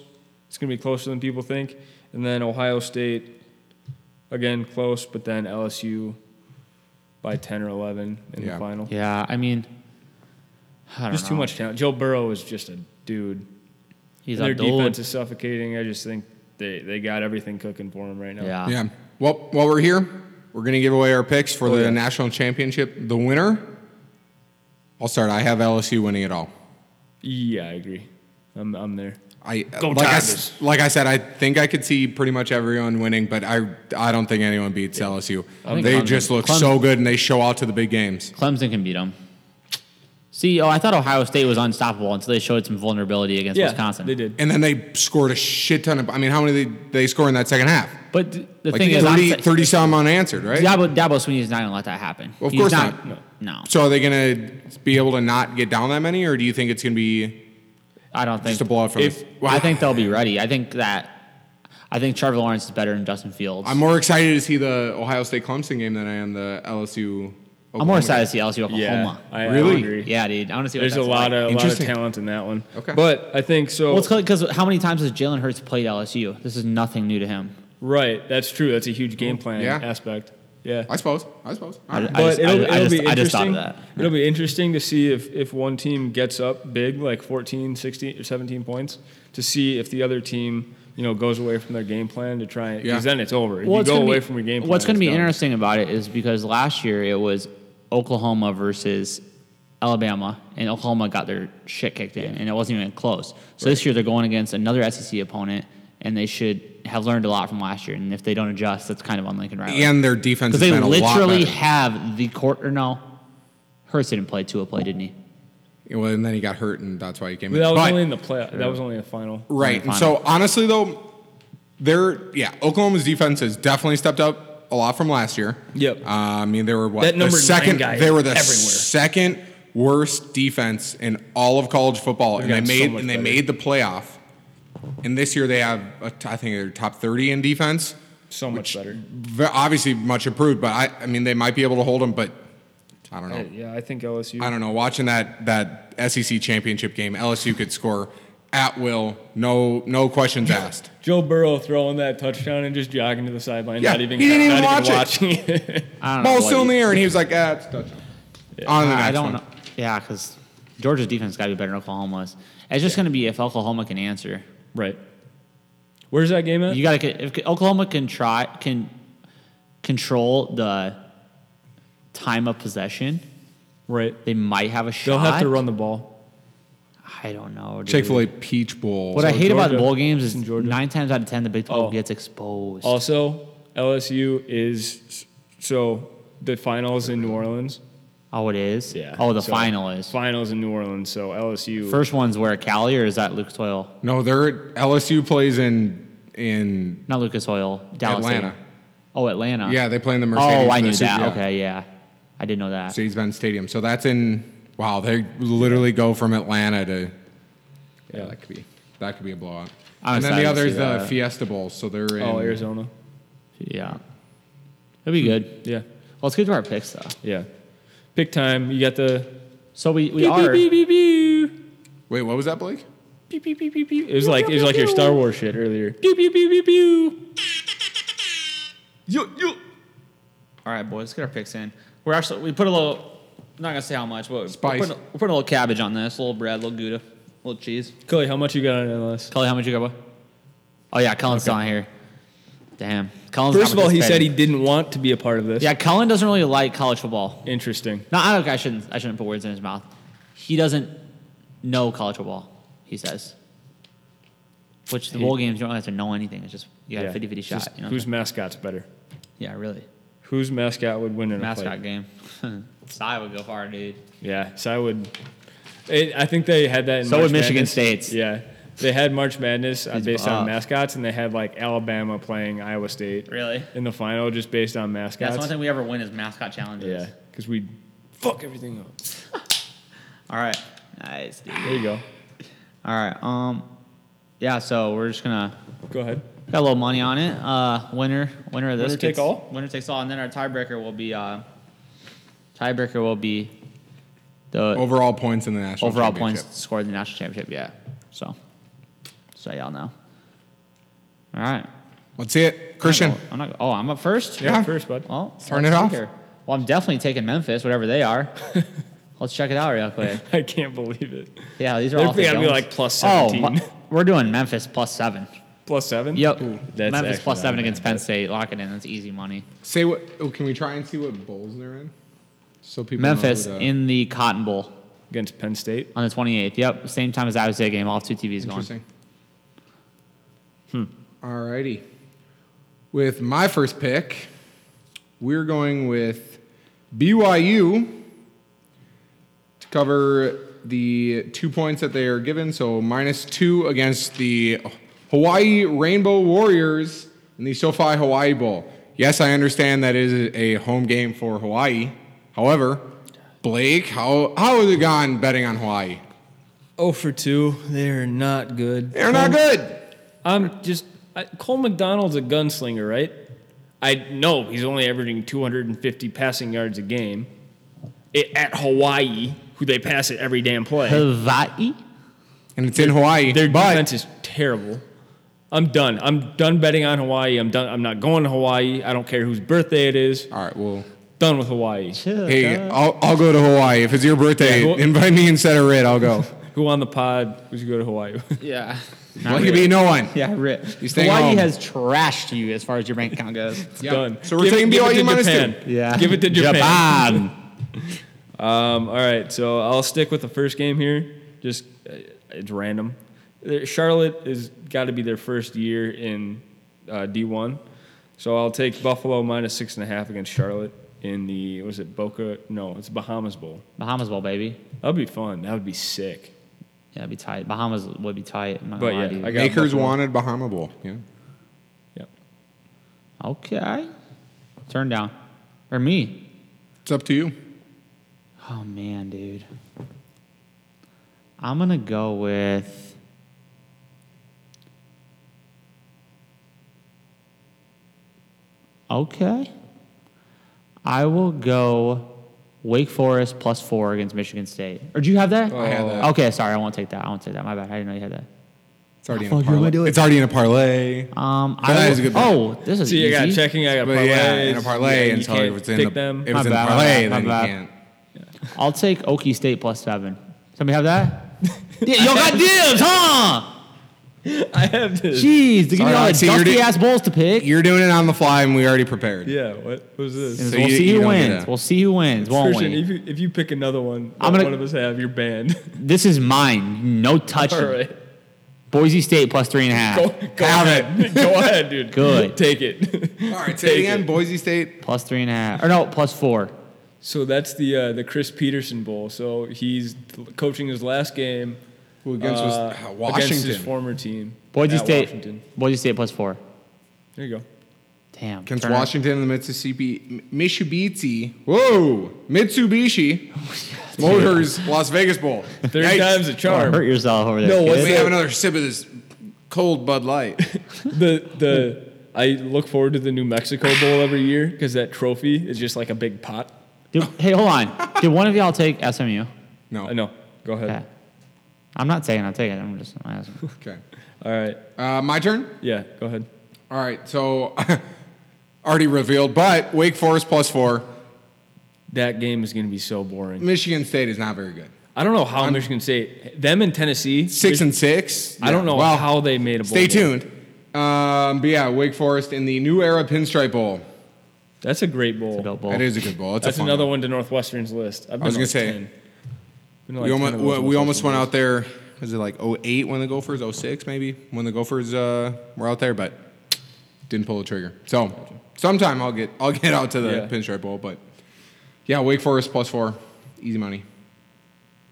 C: It's gonna be closer than people think, and then Ohio State again close, but then LSU by ten or eleven in
B: Yeah.
C: the final.
A: Yeah, I mean, I don't
C: Just
A: know.
C: too much talent. Joe Burrow is just a dude.
A: He's
C: Their
A: a dude.
C: defense is suffocating. I just think they they got everything cooking for them right now.
A: Yeah.
B: yeah. Well, while we're here, we're gonna give away our picks for
C: Oh,
B: the
C: yeah.
B: national championship. The winner, I'll start. I have LSU winning it all.
C: Yeah, I agree. I'm I'm there.
B: I
C: Go
B: like I,
C: Tigers.
B: s- like I said, I think I could see pretty much everyone winning, but I I don't think anyone beats LSU.
A: think
B: They
A: Clemson-
B: just look so good, and they show out to the big games.
A: Clemson can beat them. See, oh, I thought Ohio State was unstoppable until they showed some vulnerability against
C: yeah,
A: Wisconsin.
C: they did.
B: And then they scored a shit ton of. I mean, how many did they score in that second half?
A: But th- the
B: Like
A: thing is,
B: 30,
A: I'm,
B: 30 some unanswered, right?
A: Dabo, Dabo Sweeney is not going to let that happen.
B: Well, of
A: He's
B: course
A: No.
B: not.
A: no,
B: So are they going to be able to not get down that many, or do you think it's going to be
A: I don't think.
B: just a blowout from
A: if,
B: this? Well,
A: I think they'll be ready. I think that. I think Trevor Lawrence is better than Justin Fields.
B: I'm more excited to see the Ohio State Clemson game than I am the LSU
A: I'm more excited to see LSU
C: Yeah,
A: Oklahoma.
C: I, I
B: Really?
C: agree.
A: Yeah, dude. I want to see. What
C: There's a
A: that's like.
C: lot of a lot of
B: Interesting.
C: talent in that one.
B: Okay.
C: but I think so.
A: Well, it's because how many times has Jalen Hurts played LSU? This is nothing new to him.
C: right, that's true. That's a huge game plan
B: Yeah.
C: aspect. Yeah,
B: I suppose. I suppose.
A: I-
B: All right.
A: I-
C: but
A: just-
C: it'll,
A: I
C: it'll
A: just-
C: be
A: I just thought of
C: interesting.
A: that.
C: It'll be interesting to see if, if one team gets up big, like 14, 16, or 17 points, to see if the other team, you know, goes away from their game plan to try and,
B: Yeah.
C: because then it's over. If
A: Well,
C: you
A: it's
C: go
A: gonna
C: away
A: be-
C: from your game plan.
A: What's going to
C: it's
A: be
C: done.
A: interesting about it is because last year it was Oklahoma versus Alabama, and Oklahoma got their shit kicked in, and it wasn't even close. So this year they're going against another SEC opponent, and they should have learned a lot from last year. And if they don't adjust, that's kind of on Lincoln Riley.
B: And their defense
A: because
B: has
A: they
B: been a lot
A: literally
B: better.
A: have the court or no, Hurts didn't play. Tua played, didn't he?
B: well, and then he got hurt, and that's why he came
C: But
B: in.
C: that was
B: But-
C: only in the play. That was only in the final.
B: Right.
A: in the
B: And so honestly though, they're yeah, Oklahoma's defense has definitely stepped up a lot from last year.
C: Yep.
B: Uh, I mean they were what
C: That
B: the
C: number nine
B: second
C: guy
B: they were the
C: everywhere.
B: second worst defense in all of college football. And they
C: gotten so
B: made
C: much
B: and they
C: better.
B: made the playoff. And this year they have a t- I think they're top thirty in defense.
C: So much better.
B: Ve- Obviously much improved, but I, I mean they might be able to hold them, but I don't know.
C: Yeah, I think LSU.
B: I don't know. Watching that that SEC championship game, LSU could score at will, no no questions asked.
C: Joe Burrow throwing that touchdown and just jogging to the sideline,
B: Yeah,
C: not even,
B: he didn't even
C: not even
B: watch
C: watching it.
A: I don't know.
B: Ball
A: what
B: still in
A: he-
B: the air, and he was like, "Ah, it's touchdown." On to the next
A: I don't
B: one.
A: know. Yeah, because Georgia's defense got to be better than Oklahoma's. It's just going to be if Oklahoma can answer.
C: right. Where's that game at?
A: You got to if Oklahoma can try can control the time of possession,
C: right.
A: they might have a shot.
C: They'll have to run the ball.
A: I don't know. dude.
B: Chick Fil A Peach Bowl.
A: What I
C: So
A: hate about the
C: Georgia-
A: bowl games is
C: in Georgia.
A: nine times out of ten the Big Twelve
C: Oh.
A: gets exposed.
C: Also, LSU is so the finals in New Orleans.
A: Oh, it is.
C: Yeah.
A: Oh, the
C: So,
A: final is
C: Finals in New Orleans. So LSU.
A: first one's where Cali or is that Lucas Oil?
B: no, they're LSU plays in in
A: Not Lucas Oil. Dallas.
B: Atlanta.
A: Stadium. Oh, Atlanta.
B: yeah, they play in the Mercedes.
A: Oh, I
B: the
A: knew
B: Super-
A: that.
B: yeah,
A: Okay, yeah, I did know that.
B: Mercedes-Benz Stadium. So that's in. Wow, they literally go from Atlanta to. Yeah,
C: Yeah.
B: that could be that could be a blowout.
A: I'm
B: and then the
A: excited to
B: other
A: see
B: is the
A: that.
B: Fiesta Bowl. So they're in.
C: oh, Arizona.
A: Yeah, it'll be good.
C: Yeah.
A: Well, let's get to our picks though.
C: Yeah. Pick time. You got the.
A: So we we
C: Beep,
A: are.
C: beep, beep, beep, beep.
B: Wait, what was that, Blake?
C: Beep, beep, beep, beep, beep. It was like it was like your Star Wars shit earlier. Pew, pew, pew, pew, pew.
B: You you.
D: All right, boys, let's get our picks in. We're actually we put a little. I'm not gonna say how much, but
B: Spice.
D: We're putting, we're putting a little cabbage on this, a little bread, a little gouda, a little cheese.
C: Cully, how much you got on MLS?
A: Cully, how much you got, boy? Oh yeah, Cullen's still on here. Damn, Cullen's
C: First of
A: not
C: all, he said he
A: participating.
C: didn't want to be a part of this.
A: Yeah, Cullen doesn't really like college football.
C: Interesting.
A: No, I, don't- I shouldn't. I shouldn't put words in his mouth. He doesn't know college football. He says. Which the bowl games you don't have to know anything. It's just you got a 50-50 shot.
C: Just
A: you know?
C: Whose mascot's better?
A: yeah, really.
C: Whose mascot would win in a
A: Mascot
C: fight?
A: game. Cy would go far, dude.
C: Yeah, so I would. It, I think they had that. In
A: So
C: March
A: would Michigan
C: Madness.
A: State's.
C: Yeah, they had March Madness uh,
A: He's
C: based
A: up.
C: on mascots, and they had like Alabama playing Iowa State
D: Really?
C: in the final just based on mascots.
D: That's the one thing we ever win is mascot challenges.
C: yeah, because we fuck everything up.
D: All right. Nice, dude.
C: There you go.
A: All right. Um. Yeah. So we're just gonna
C: Go ahead.
A: Got a little money on it. Uh, winner, winner of this.
C: Winner take
A: gets-
C: all?
D: Winner takes all, and then our tiebreaker will be. Uh,
A: Tiebreaker will be the
B: Overall points in the national.
A: overall points
B: championship.
A: scored in the national championship. Yeah. So, so y'all know. All right.
B: Let's see it, Christian.
A: I'm not. Oh, I'm up first.
B: Yeah.
C: First, bud.
A: Well,
B: Turn
A: let's
B: it
A: see
B: off.
A: here. Well, I'm definitely taking Memphis, whatever they are. let's check it out real quick.
C: I can't believe it.
A: Yeah, these are
C: They're
A: all. the
C: gotta be
A: Jones.
C: like plus
A: Oh,
C: 17.
A: my- we're doing Memphis plus seven.
C: Plus seven.
A: Yep.
C: that's
A: Memphis
C: actually
A: plus
C: not
A: seven
C: a bad
A: against Penn State. Lock it in. That's easy money.
B: Say what? Oh, can we try and see what bowls they're in? So people. know who
A: Memphis
B: the-
A: in the Cotton Bowl.
C: Against Penn State.
A: On the 28th. Yep. Same time as Iowa State game. All two TVs going.
B: Interesting. All righty. With my first pick, we're going with BYU to cover the two points that they are given. So minus two against the Hawaii Rainbow Warriors in the SoFi Hawaii Bowl. Yes, I understand that is a home game for Hawaii. However, Blake, how how has it gone betting on Hawaii?
C: Oh for two. They're not good.
B: They're not good.
C: I'm just I, Cole McDonald's a gunslinger, right? I know he's only averaging 250 passing yards a game, it, at Hawaii, who they pass it every damn play.
A: Hawaii.
B: and it's in Hawaii.
C: Their
B: but
C: defense is terrible. I'm done. I'm done betting on Hawaii. I'm done. I'm not going to Hawaii. I don't care whose birthday it is.
B: all right, well,
C: Done with Hawaii.
B: hey, I'll, I'll go to Hawaii if it's your birthday.
C: Yeah, well-
B: invite me instead of Red. I'll go.
C: Who on the pod would you go to Hawaii? with?
D: Yeah.
B: Lucky be no one.
A: Yeah, rip.
B: He's staying
A: Hawaii
B: home.
A: has trashed you as far as your bank account goes.
C: It's done.
B: So we're
C: Give-
B: taking
C: give it to
B: BYU minus
C: Japan.
B: two.
A: yeah,
C: Give it to
A: Japan.
C: Um, all right, so I'll stick with the first game here. Just uh, it's random. Uh, Charlotte has got to be their first year in uh, D1, so I'll take Buffalo minus six and a half against Charlotte in the was it Boca? No, it's Bahamas Bowl.
A: Bahamas Bowl, baby.
C: That'd be fun. That would be sick.
A: Yeah, it'd be tight. Bahamas would be tight. I'm not
C: But
A: gonna lie to
C: yeah,
A: you.
C: I got
B: Makers
C: Buffalo.
B: wanted Bahama Bowl. Yeah.
C: Yeah.
A: Okay. Turn down. Or me.
B: It's up to you.
A: Oh man, dude. I'm gonna go with Okay. I will go Wake Forest plus four against Michigan State. Or do you have that?
B: Oh, I had that.
A: Okay, sorry, I won't take that. I won't take that. My bad. I didn't know you had that.
B: It's already
A: Fuck,
B: in a
A: who am I
B: parlay.
A: doing?
B: It's already in a parlay.
A: Um
B: That
A: I
B: is a
A: will-
B: good bet.
A: Oh, this is
C: So you got
A: easy.
C: checking. I got
B: But yeah,
C: parlays.
B: in a parlay,
C: Yeah,
B: and
C: you
B: so
C: can't
B: if it's in
C: pick
B: the,
C: them.
B: If it's
A: My bad,
B: in the
A: my
B: parlay,
A: bad, my
B: then you
A: bad.
B: can't.
A: I'll take Okie State plus seven. Somebody have that? yeah, y'all got dibs, huh?
C: I have to.
A: Jeez, they give
B: Sorry,
A: me all the
B: Alex, you're
A: dusty
B: di-
A: ass bowls to pick.
B: You're doing it on the fly, and we already prepared.
C: Yeah. What was this?
A: And
B: so
A: we'll
B: you-
A: see
B: you
A: who
B: don't do
A: wins.
B: that.
A: We'll see who wins, won't
C: Christian,
A: we?
C: if you if you pick another one,
A: I'm
C: that
A: gonna-
C: one of us have you're banned.
A: This is mine. No touch.
C: All right.
A: Boise State plus three and a half.
C: Go, go ahead. go ahead, dude.
A: Good.
C: Take it.
B: All right, say it
C: Take
B: again.
C: it.
B: Boise State.
A: Plus three and a half. Or no, plus four.
C: So that's the uh, the Chris Peterson Bowl. So he's coaching his last game
B: Who against
C: uh,
B: was
C: against his
B: Washington?
C: former team.
A: Boise
C: at
A: State.
C: Washington.
A: Boise State plus four.
C: There you go.
A: Damn.
B: Against
A: turn it-
B: Washington and the Mississippi M- Mitsubishi. Whoa, Mitsubishi Motors Las Vegas Bowl.
C: Third
B: Yikes.
C: time's a
A: Don't
C: charm.
A: Hurt yourself over there.
C: No, what's
A: kid.
B: Let me
C: Yeah.
B: have another sip of this cold Bud Light.
C: the the I look forward to the New Mexico Bowl every year because that trophy is just like a big pot.
A: Dude, hey, hold on. Did one of y'all take SMU?
B: No.
C: I know. Go ahead.
A: Okay. I'm not saying I'll take it. I'm just I'm asking.
B: Okay.
C: All right.
B: Uh, my turn.
C: Yeah. Go ahead.
B: All right. So already revealed, but Wake Forest plus four.
C: That game is going to be so boring.
B: Michigan State is not very good.
C: I don't know how Michigan State, them and Tennessee,
B: 6 and six.
C: I don't know
B: Wow.
C: how they made a bowl.
B: Stay
C: game.
B: tuned. Um, but yeah, Wake Forest in the New Era Pinstripe Bowl.
C: That's a great bowl.
A: Adult bowl.
B: That is a good bowl. That's,
C: That's
B: a fun
C: another
B: one.
C: one to Northwestern's list. I've been
B: I was
C: to
B: gonna
C: like
B: say,
C: 10. Been to
B: We
C: like 10
B: almost,
C: of
B: we,
C: those
B: we almost went
C: Northwestern lists.
B: out there. Was it like 08 when the Gophers? 06 maybe when the Gophers uh, were out there, but didn't pull the trigger. So sometime I'll get I'll get out to the
C: Yeah.
B: Pinstripe Bowl. But yeah, Wake Forest plus four, easy money.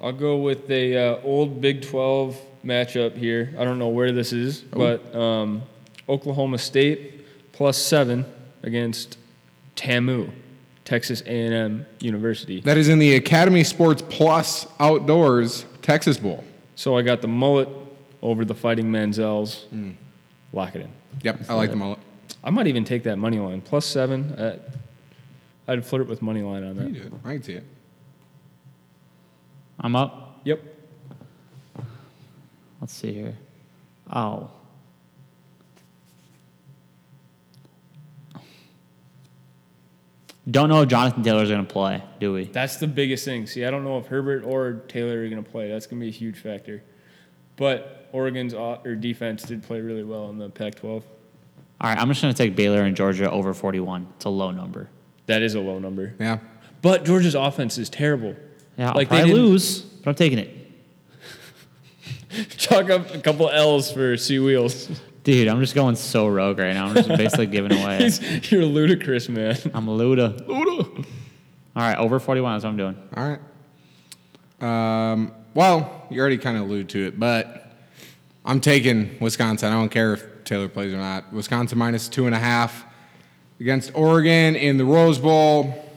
C: I'll go with the uh, old Big 12 matchup here. I don't know where this is,
B: Oh.
C: but um, Oklahoma State plus seven against TAMU, Texas A&M University.
B: That is in the Academy Sports Plus Outdoors Texas Bowl.
C: So I got the mullet over the Fighting Manzels.
B: Hmm.
C: Lock it in.
B: Yep, I like the mullet.
C: I might even take that money line plus seven. Uh, I'd flirt with money line on
B: You
C: that.
B: do it. I can see it.
A: I'm up.
C: Yep.
A: Let's see here. Oh. Don't know if Jonathan Taylor's going to play, do we?
C: That's the biggest thing. See, I don't know if Herbert or Taylor are going to play. That's going to be a huge factor. But Oregon's o- or defense did play really well in the Pac-12.
A: All right, I'm just going to take Baylor and Georgia over 41. It's a low number.
C: That is a low number.
B: Yeah.
C: But Georgia's offense is terrible.
A: Yeah, I'll
C: Like, they
A: probably
C: didn't-
A: lose, but I'm taking it.
C: Chalk up a couple L's for Sea Wheels.
A: Dude, I'm just going so rogue right now. I'm just basically giving away.
C: He's- You're ludicrous, man.
A: I'm Luda. Luda. All right, over 41. That's what I'm doing.
B: All right. Um, well, you already kind of alluded to it, but I'm taking Wisconsin. I don't care if Taylor plays or not. Wisconsin minus two and a half against Oregon in the Rose Bowl.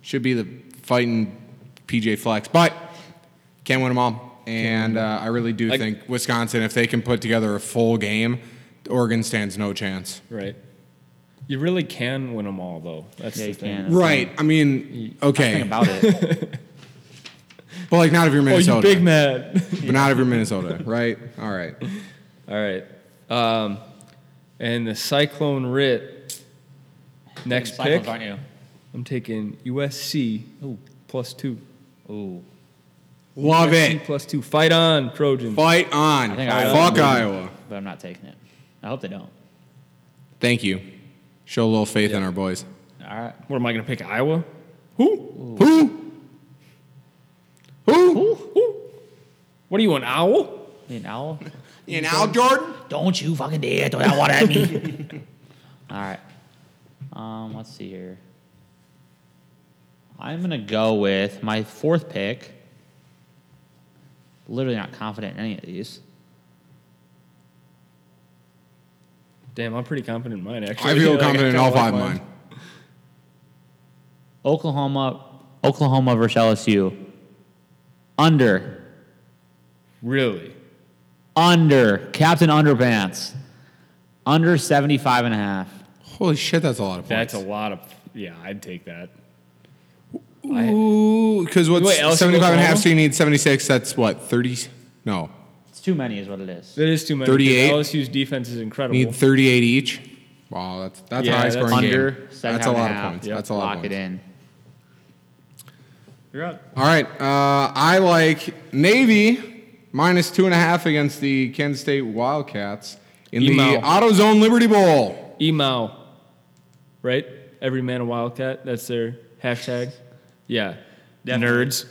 B: Should be the fighting PJ Flex, but can't win them all. And uh, I really do
C: I-
B: think Wisconsin, if they can put together a full game, Oregon stands no chance.
C: right. You really can win them all, though. That's
A: Yeah,
C: the
A: you
C: thing.
A: can.
B: Right. I mean, okay.
A: Think about it.
B: But like not if you're
C: Oh, you
B: Minnesota.
C: big mad.
B: But not if you're Minnesota, right? All right.
C: All right. Um, and the Cyclone Writ. Next pick.
D: Cyclones, aren't you?
C: I'm taking USC plus two.
D: Ooh.
B: Love
C: USC
B: it.
C: plus two. Fight on, Trojans.
B: Fight on.
A: think
B: Fuck
A: Iowa-
B: Iowa.
A: but I'm not taking it. I hope they don't.
B: Thank you. Show a little faith in our boys.
A: All right.
C: What am I going to pick? Iowa?
B: Who? Who? Who?
C: Ooh. What are you, an owl?
A: You know?
B: You know, Jordan?
A: Don't you fucking dare throw that water at me. All right. Um, let's see here. I'm gonna go with my fourth pick. Literally not confident in any of these.
C: Damn, I'm pretty confident in mine, actually.
B: I feel
C: Like,
B: confident in
C: kinda
B: all
C: like
B: five of mine.
A: Oklahoma, Oklahoma versus LSU. Under,
C: Really?
A: under, Captain Underpants. Under 75 and a half.
B: Holy shit, that's a lot of points.
C: That's a lot of. Yeah, I'd take that.
B: Ooh, because what's
C: Wait, LSU
B: 75 and a half,
C: Oklahoma?
B: so you need 76. That's what, 30? No.
A: It's too many, is what it is.
C: That is too many. 'cause
B: 38?
C: LSU's defense is incredible.
B: You need 38 each. Wow, that's that's a
C: Yeah,
B: high
C: that's
B: scoring
A: Under
B: game.
A: 75
B: That's a lot
A: and
B: of
A: half.
B: points.
A: Yep.
B: That's a lot
A: Lock
B: of points.
A: it in.
C: You're up.
B: All right. Uh, I like Navy minus two and a half against the Kansas State Wildcats in the
C: Emo.
B: AutoZone Liberty Bowl.
C: Email, right? Every man a wildcat. That's their hashtag. Yeah. Nerds.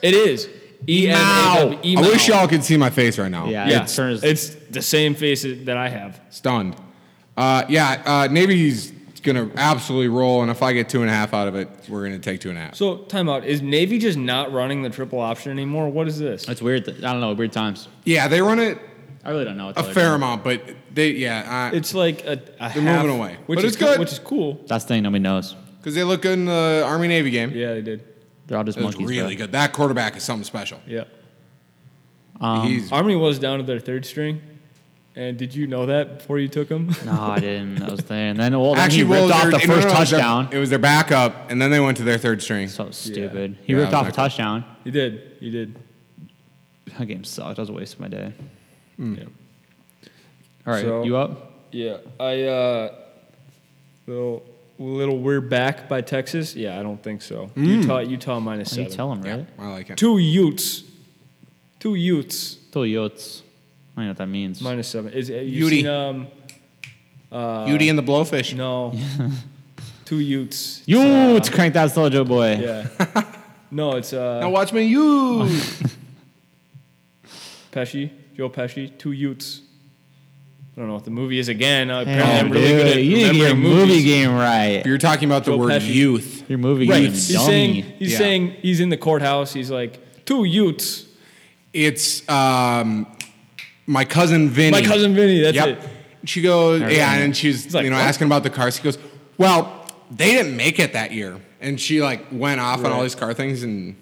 C: It is. E M A W.
B: I wish y'all could see my face right now.
A: Yeah.
C: Yeah,
A: It's turns-
C: it's the same face that I have.
B: Stunned. Uh, yeah. Uh, Navy's gonna absolutely roll, and if I get two and a half out of it, we're gonna take two and a half.
C: So timeout. Is Navy just not running the triple option anymore? What is this?
A: It's weird. that- I don't know. Weird times.
B: Yeah, they run it
A: I really don't know. What the
B: a
A: hell they're
B: fair
A: doing.
B: amount, but they yeah, uh,
C: It's like a, a
B: They're
C: half,
B: moving away.
C: which
B: But
C: is
B: it's good.
C: Which is cool.
A: That's the thing nobody knows.
B: because they look good in the Army Navy game.
C: Yeah, they did.
A: They're all just
B: It was
A: monkeys.
B: really good. That quarterback is something special.
C: Yeah.
A: Um,
B: He's
C: Army was down to their third string, and did you know that before you took them?
A: Bro. No, I didn't. That was the thing. And then well, then he
B: well,
A: ripped off
B: their-
A: the
B: no,
A: first
B: no, no, it was their-
A: touchdown.
B: It was their backup, and then they went to their third string.
A: So stupid. He
B: Yeah,
A: ripped
B: I
A: off
B: was
A: a
B: not good.
A: touchdown.
C: you did. You did.
A: That game sucked. I was a waste of my day.
B: Hmm.
C: Yeah.
A: All right,
C: So-
A: you up?
C: Yeah, I uh, little little we're back by Texas. Yeah, I don't think so.
B: Hmm.
C: Utah, Utah minus
A: You
C: seven.
A: tell him,
B: yeah,
A: right?
B: I like it.
C: Two Utes, two Utes
A: Toyotes. I don't know what that means.
C: minus seven. Is have you
B: Ute.
C: seen, um
B: Beauty and the Blowfish.
C: no two Utes?
A: You it's crank that Sojo boy.
C: Yeah, no, it's
B: Now
C: uh
B: watch me use.
C: Pesci, Joe Pesci, two Utes. I don't know what the movie is again. Uh,
A: Hey,
C: apparently, I'm really
A: dude,
C: good at
A: you didn't get your
C: remembering movies.
A: movie game right.
B: You're talking about the
C: Joe
B: word
C: Pesci.
B: youth.
A: Your movie
C: Right,
A: game,
C: he's
A: dummy.
C: saying he's
B: Yeah.
C: saying he's in the courthouse. He's like two Utes.
B: It's um, my cousin Vinny.
C: My cousin Vinny. That's
B: yep.
C: it.
B: She goes,
A: Alright.
B: yeah, and she's
C: It's like,
B: you know
C: what?
B: asking about the car. She goes, well, they didn't make it that year, and she like went off on all
C: Right.
B: these car things, and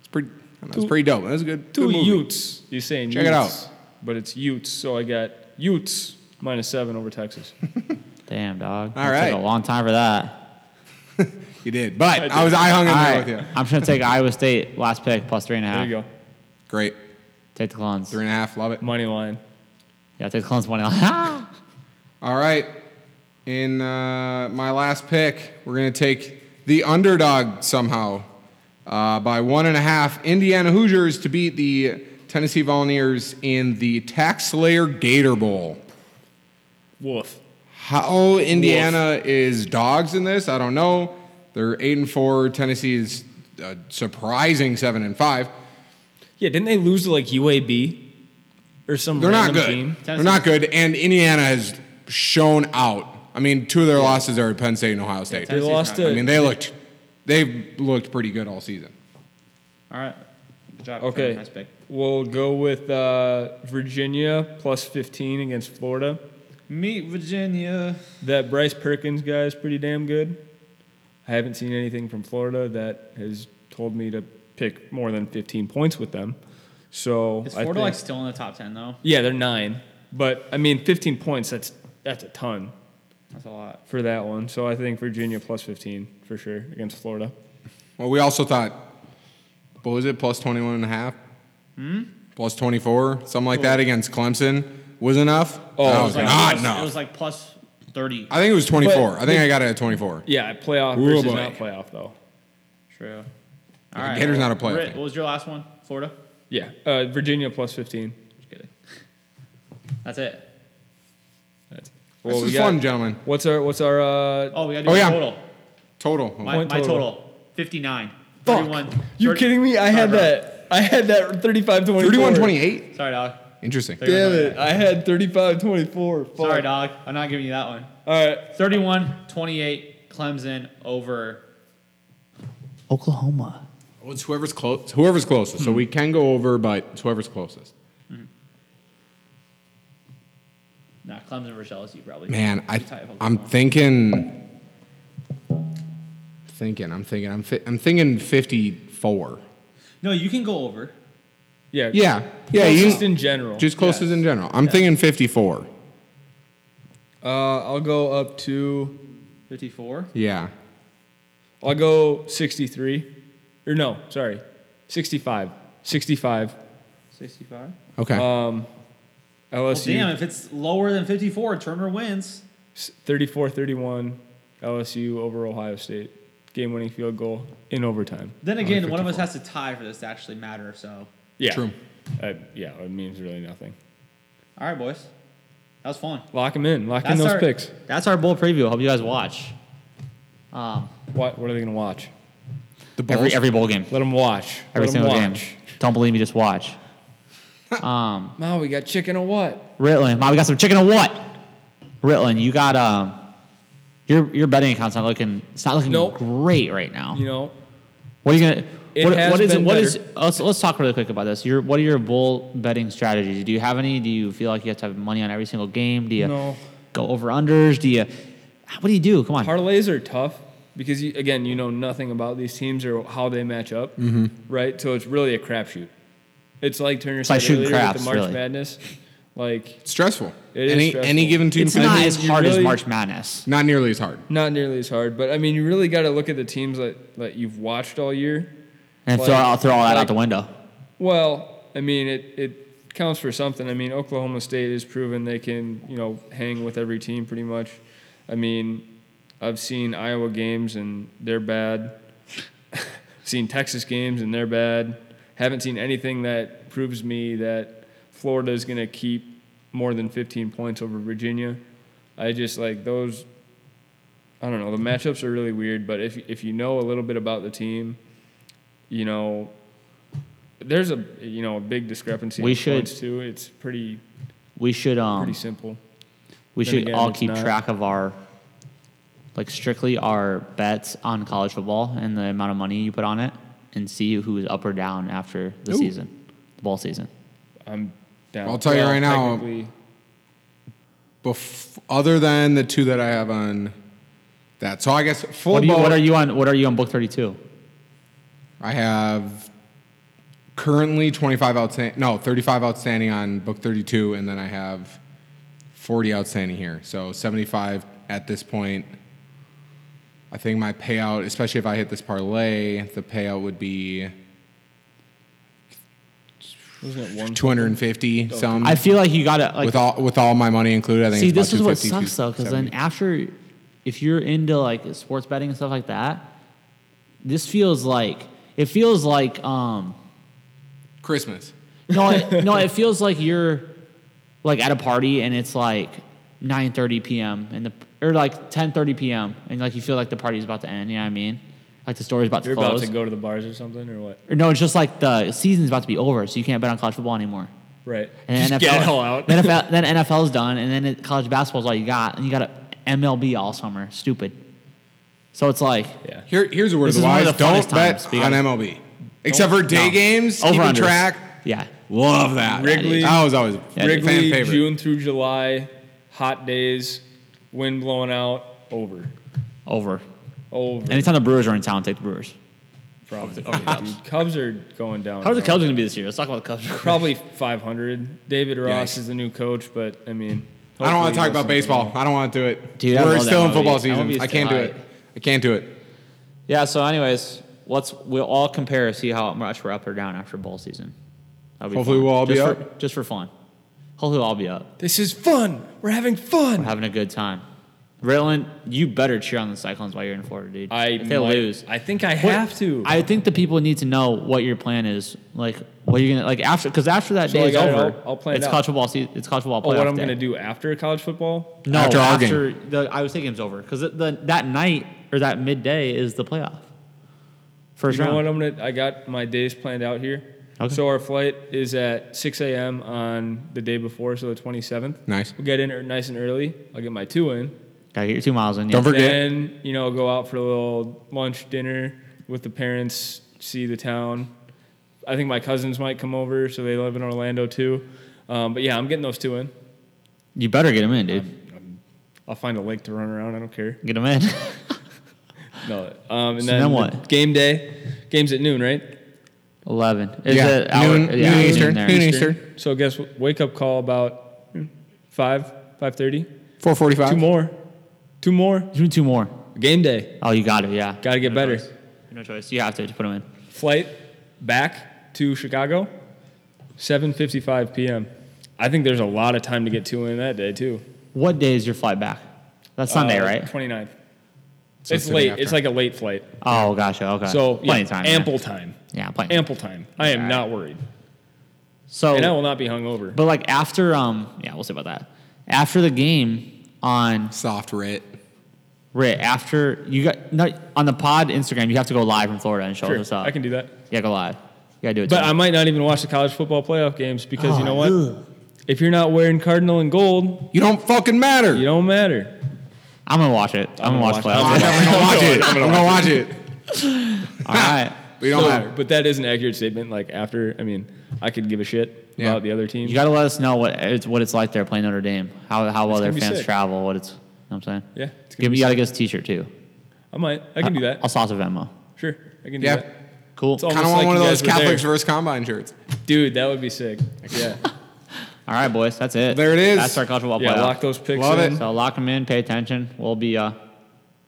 B: it's pretty. I don't know, it's pretty dope. That was a good.
C: Two
B: good movie.
C: Utes. You're saying
B: Check it
C: Utes, but it's Utes. So I got Utes minus seven over Texas.
A: Damn, dog.
B: All
A: That
B: right.
A: Took a long time for that.
B: You did, but I,
C: did.
B: was I hung in
A: All
B: there
A: right.
B: with you.
A: I'm just gonna take Iowa State last pick plus three and a half.
C: There you go.
B: Great,
A: Take the clones.
B: three and a half. Love it.
C: Money line.
A: Yeah, take the clones one out.
B: All right. In uh, my last pick, we're going to take the underdog somehow uh, by one and a half Indiana Hoosiers to beat the Tennessee Volunteers in the Tax Slayer Gator Bowl.
C: Woof.
B: How Indiana is dogs in this, I don't know. They're eight and four. Tennessee is a surprising seven and five.
C: Yeah, didn't they lose to like UAB or some
B: They're not
C: random
B: good.
C: team?
B: They're not good, and Indiana has shown out. I mean, two of their losses are at Penn State and Ohio State.
C: They lost to.
B: I mean, they looked they've looked pretty good all season. Oh.
D: All right. Good job.
C: okay.
D: Trevor. Nice pick.
C: We'll go with uh, Virginia plus 15 against Florida.
D: Meet Virginia.
C: That Bryce Perkins guy is pretty damn good. I haven't seen anything from Florida that has told me to pick more than 15 points with them. So
D: Is
C: I
D: Florida
C: think-
D: like still in the top ten though?
C: Yeah, they're nine. But I mean, 15 points. That's that's a ton
D: That's a lot.
C: for that one. So I think Virginia plus 15 for sure against Florida.
B: Well, we also thought what was it, plus 21 and a half?
C: Hmm?
B: Plus 24, something like that against Clemson was enough.
C: Oh,
B: that
C: it
B: was
C: was like-
B: not
A: plus,
B: enough.
A: It was like plus thirty.
B: I think it was 24.
C: But
B: I think I got it at 24.
C: Yeah, playoff
B: Ooh,
C: versus
B: boy.
C: not playoff though.
A: True. All
B: The Gators not a playoff
A: Britt,
B: team.
A: What was your last one? Florida.
C: Yeah, uh, Virginia plus fifteen.
A: Just kidding. That's it.
C: That's,
B: This
C: well, we
B: is
C: got-
B: fun, gentlemen.
C: What's our what's our uh,
A: Oh, we got to do
B: Oh,
A: the
B: yeah.
A: total.
B: Total.
A: My,
C: Point
A: my total.
C: total.
A: fifty nine.
C: Fuck.
A: Thirty one.
C: You kidding me? I had that. I had that 35 24.
B: 31 28.
A: Sorry, dog.
B: Interesting.
C: Damn it. I had 35 24. Fuck.
A: Sorry, dog. I'm not giving you that one.
C: All right.
A: 31 28 Clemson over Oklahoma.
B: Well, it's whoever's close. Whoever's closest.
C: Hmm.
B: So we can go over, but it's whoever's closest.
A: Nah, Clemson versus LSU probably.
B: Man, I,
A: Too tight of a
B: I'm
A: call.
B: thinking, thinking, I'm thinking, I'm, fi- I'm thinking 54.
A: No, you can go over.
C: Yeah.
B: Yeah, yeah, you-
C: Just in general.
B: Just closest in general. I'm thinking 54.
C: Uh, I'll go up to.
A: 54.
B: Yeah,
C: I'll go 63. Or no, sorry, 65. 65.
A: 65.
B: okay.
C: Um,
A: Well,
C: LSU
A: damn, if it's lower than 54, Turner wins.
C: 34 31. LSU over Ohio State. Game winning field goal in overtime.
A: Then again, one of us has to tie for this to actually matter. So,
C: Yeah.
B: True.
C: Uh, yeah, it means really nothing.
A: all right, boys. That was fun.
C: Lock them in. Lock in those
A: our,
C: picks.
A: That's our bowl preview. Hope you guys watch. Um,
C: What, what are they going to watch?
B: the Bulls.
A: every, every bowl game.
C: Let them watch.
A: Every
C: Let 'em
A: single
C: watch.
A: game. Don't believe me, just watch.
C: Ma, we got chicken or what?
A: Ritlin, Mom, we got some chicken and what? Ritlin, you got um, your your betting account's not looking it's not looking
C: Nope.
A: great right now.
C: You know,
A: What are you gonna?
C: It
A: what,
C: has
A: what is
C: been
A: what
C: better.
A: is- let's, let's talk really quick about this. Your what are your bull betting strategies? Do you have any? Do you feel like you have to have money on every single game? Do you
C: No.
A: go over unders? Do you? What do you do? Come on.
C: parlays are tough because you, again, you know nothing about these teams or how they match up, mm-hmm. right? So it's really a crapshoot. It's like Turner
A: like
C: said
A: shooting
C: earlier with
A: craps,
C: the March
A: really.
C: Madness. Like
B: It's stressful.
C: It is
B: any
C: stressful.
B: any given team.
A: it's not
B: I mean,
A: as
C: you
A: hard as
C: really-
A: March Madness.
B: not nearly as hard.
C: not nearly as hard, but I mean, you really got to look at the teams that, that you've watched all year.
A: And
C: Like-
A: throw I'll throw all that out
C: like-
A: the window.
C: Well, I mean, it it counts for something. I mean, Oklahoma State has proven they can you know hang with every team pretty much. I mean, I've seen Iowa games and they're bad. seen Texas games and they're bad. Haven't seen anything that proves me that Florida is going to keep more than 15 points over Virginia. I just like those. I don't know. The matchups are really weird, but if if you know a little bit about the team, you know there's a you know a big discrepancy.
A: We
C: in
A: should-
C: points too. It's pretty
A: We should um
C: pretty simple.
A: We
C: Then
A: should
C: again,
A: all
C: it's
A: keep
C: not.
A: track of our, like strictly our bets on college football and the amount of money you put on it, and see who is up or down after the
B: Ooh.
A: season, the ball season.
C: I'm down.
B: I'll tell you right now,
C: technically,
B: Bef- other than the two that I have on that. So I guess full
A: What, do you,
B: bowl,
A: what are you on? What are you on book thirty two?
B: I have currently 25 outstanding, no, 35 outstanding on book 32, and then I have 40 outstanding here. So 75 at this point. I think my payout, especially if I hit this parlay, the payout would be
C: wasn't it one?
B: 250 some
A: I feel like you gotta like
B: with all with all my money included. I think
A: see.
B: it's about
A: This is what
B: 250,
A: sucks though, because then after, if you're into like sports betting and stuff like that, this feels like it feels like um.
B: Christmas.
A: No, it, no, it feels like you're like at a party and it's like 9:30 p.m. and the or like 10:30 p.m. and like you feel like the party's about to end. You know what I mean? Like the story's about
C: You're
A: to
C: about
A: close.
C: to go to the bars or something or what?
A: Or no, it's just like the season's about to be over, so you can't bet on college football anymore.
C: Right.
A: And
C: Just get it all out.
A: Then NFL, then NFL's done, and then it, college basketball's all you got, and you got a MLB all summer. Stupid. So it's like
C: yeah.
B: Here, here's a word
A: This
B: of
A: is one of
B: advice:
A: the
B: Don't
A: funnest
B: bet
A: times,
B: on
A: because-
B: MLB, except for day
A: no.
B: games. Keep a
A: over
B: track.
A: Yeah.
B: Love that.
C: Wrigley-
B: I was always
A: Yeah,
B: Wrigley, fan
C: Wrigley,
B: favorite.
C: June through July, hot days, wind blowing out, over,
A: Over.
C: over.
A: Anytime the Brewers are in town, take the Brewers.
C: probably. Cubs. Cubs are going down.
A: How are the
C: now.
A: Cubs going to be this year? Let's talk about the Cubs.
C: Probably 500. David Ross
B: Yikes.
C: is the new coach, but I mean,
B: I don't want to
C: hopefully
B: talk
C: he
B: about
C: does something.
B: baseball. I don't want to do it.
A: Dude, I
B: We're
A: love that
B: still in
A: movie.
B: football
A: That movie
B: season.
A: is
B: I can't do
A: tight.
B: it. I can't do it.
A: Yeah. So, anyways, let's we'll all compare see how much we're up or down after bowl season. That'll be
B: Hopefully we'll all be
A: Just
B: up.
A: for, just for fun. Hopefully we'll all be up.
C: This is fun. We're having
A: We're
C: fun.
A: having a good time. Raylan, you better cheer on the Cyclones while you're in Florida, dude.
C: I
A: if they
C: might-
A: lose,
C: I think I
A: What-
C: have to.
A: I think the people need to know what your plan is. Like what you're gonna like after because after that
C: So,
A: day is
C: like, I-
A: over,
C: I'll- I'll plan it
A: it's
C: out.
A: college football season. It's college football.
C: oh, what
A: playoff
C: I'm
A: day.
C: gonna do after college football?
A: No,
B: After
A: after,
B: our game.
A: the Iowa State game's over, because that night or that midday is the playoff. First
C: You know what
A: round.
C: I'm gonna? I got my days planned out here.
A: Okay.
C: So our flight is at 6 a.m. on the day before, so the 27th.
B: Nice.
C: We'll get in er- nice and early. I'll get my two in.
A: Gotta get your two miles in. Yeah.
B: Don't forget-
C: Then you know, go out for a little lunch, dinner with the parents, see the town. I think my cousins might come over, so they live in Orlando too. Um, but yeah, I'm getting those two in.
A: you better get them in, dude.
C: I'll find a lake to run around. I don't care.
A: Um, Get them in.
C: No. Um, and
A: So
C: then,
A: then what?
C: Game day. Game's at noon, right?
A: Eleven. Is
B: Yeah.
A: it hour-
B: Noon-
A: yeah,
B: noon
A: it's
B: Eastern.
A: there.
B: Noon Eastern.
C: So guess what? Wake up call about hmm, five, five thirty.
B: Four forty-five.
C: Two more. Two more.
A: Do two more.
C: Game day.
A: Oh, you got it. Yeah.
C: Gotta get
A: No
C: better.
A: choice. No choice. You have to, to put them in.
C: Flight back to Chicago. Seven fifty five PM. I think there's a lot of time to get two in that day too.
A: What day is your flight back? That's Sunday,
C: Uh,
A: right?
C: 29th.
B: So
C: it's
B: the day
C: late.
B: after.
C: It's like a late flight.
A: Oh, gotcha. Okay.
C: So
A: plenty
C: yeah,
A: of time. yeah.
C: ample time.
A: Yeah, plenty.
C: Ample time. I am not worried.
A: So
C: And I will not be hungover.
A: But like after um yeah, we'll see about that. After the game on
B: Soft writ.
A: Rit, after you got no, on the pod Instagram, you have to go live from Florida and show
C: Sure,
A: us up.
C: I can do that.
A: Yeah, go live. You gotta do it.
C: But
A: too.
C: I might not even watch the college football playoff games because
A: Oh,
C: you know what? If you're not wearing cardinal and gold,
B: You don't fucking matter.
C: you don't matter.
A: I'm gonna watch it. I'm, gonna watch,
C: it.
B: I'm
A: playoffs.
B: definitely gonna watch it. I'm gonna watch it.
A: All right.
B: But you don't
C: So-
B: matter.
C: But that is an accurate statement. Like after, I mean, I could give a shit
B: Yeah.
C: about the other team.
A: You gotta let us know what it's what it's like there playing Notre Dame. How how well
C: gonna
A: their
C: be
A: fans
C: sick.
A: travel, what it's you know what I'm saying.
C: yeah, it's gonna
A: Give
C: be
A: me you gotta
C: sick.
A: get us a t shirt too.
C: I might. I can do
A: I'll
C: that.
A: sauce a Venmo.
C: Sure, I can do
B: Yeah.
C: that.
A: Cool.
C: It's
A: All
C: all-
B: Kind of
C: Almost
B: want one
C: like
B: of
C: you
B: those
C: guys were
B: Catholics
C: there.
B: versus Combine shirts.
C: Dude, that would be sick. Yeah,
A: right, boys. That's it.
B: There it is.
A: That's our college football
C: yeah.
A: playoff.
C: Lock those picks.
B: Love
C: in.
B: it.
A: So lock them in. Pay attention. We'll be uh,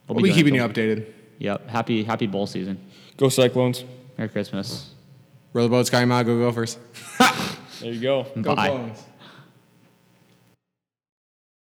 B: We'll be
A: doing
B: keeping
A: it.
B: you updated.
A: Yep. Happy happy bowl season.
C: Go Cyclones.
A: Merry Christmas.
B: Row the boat, Sky Mile, go Gophers.
C: There you go.
B: Go
A: Bye.
B: Clones.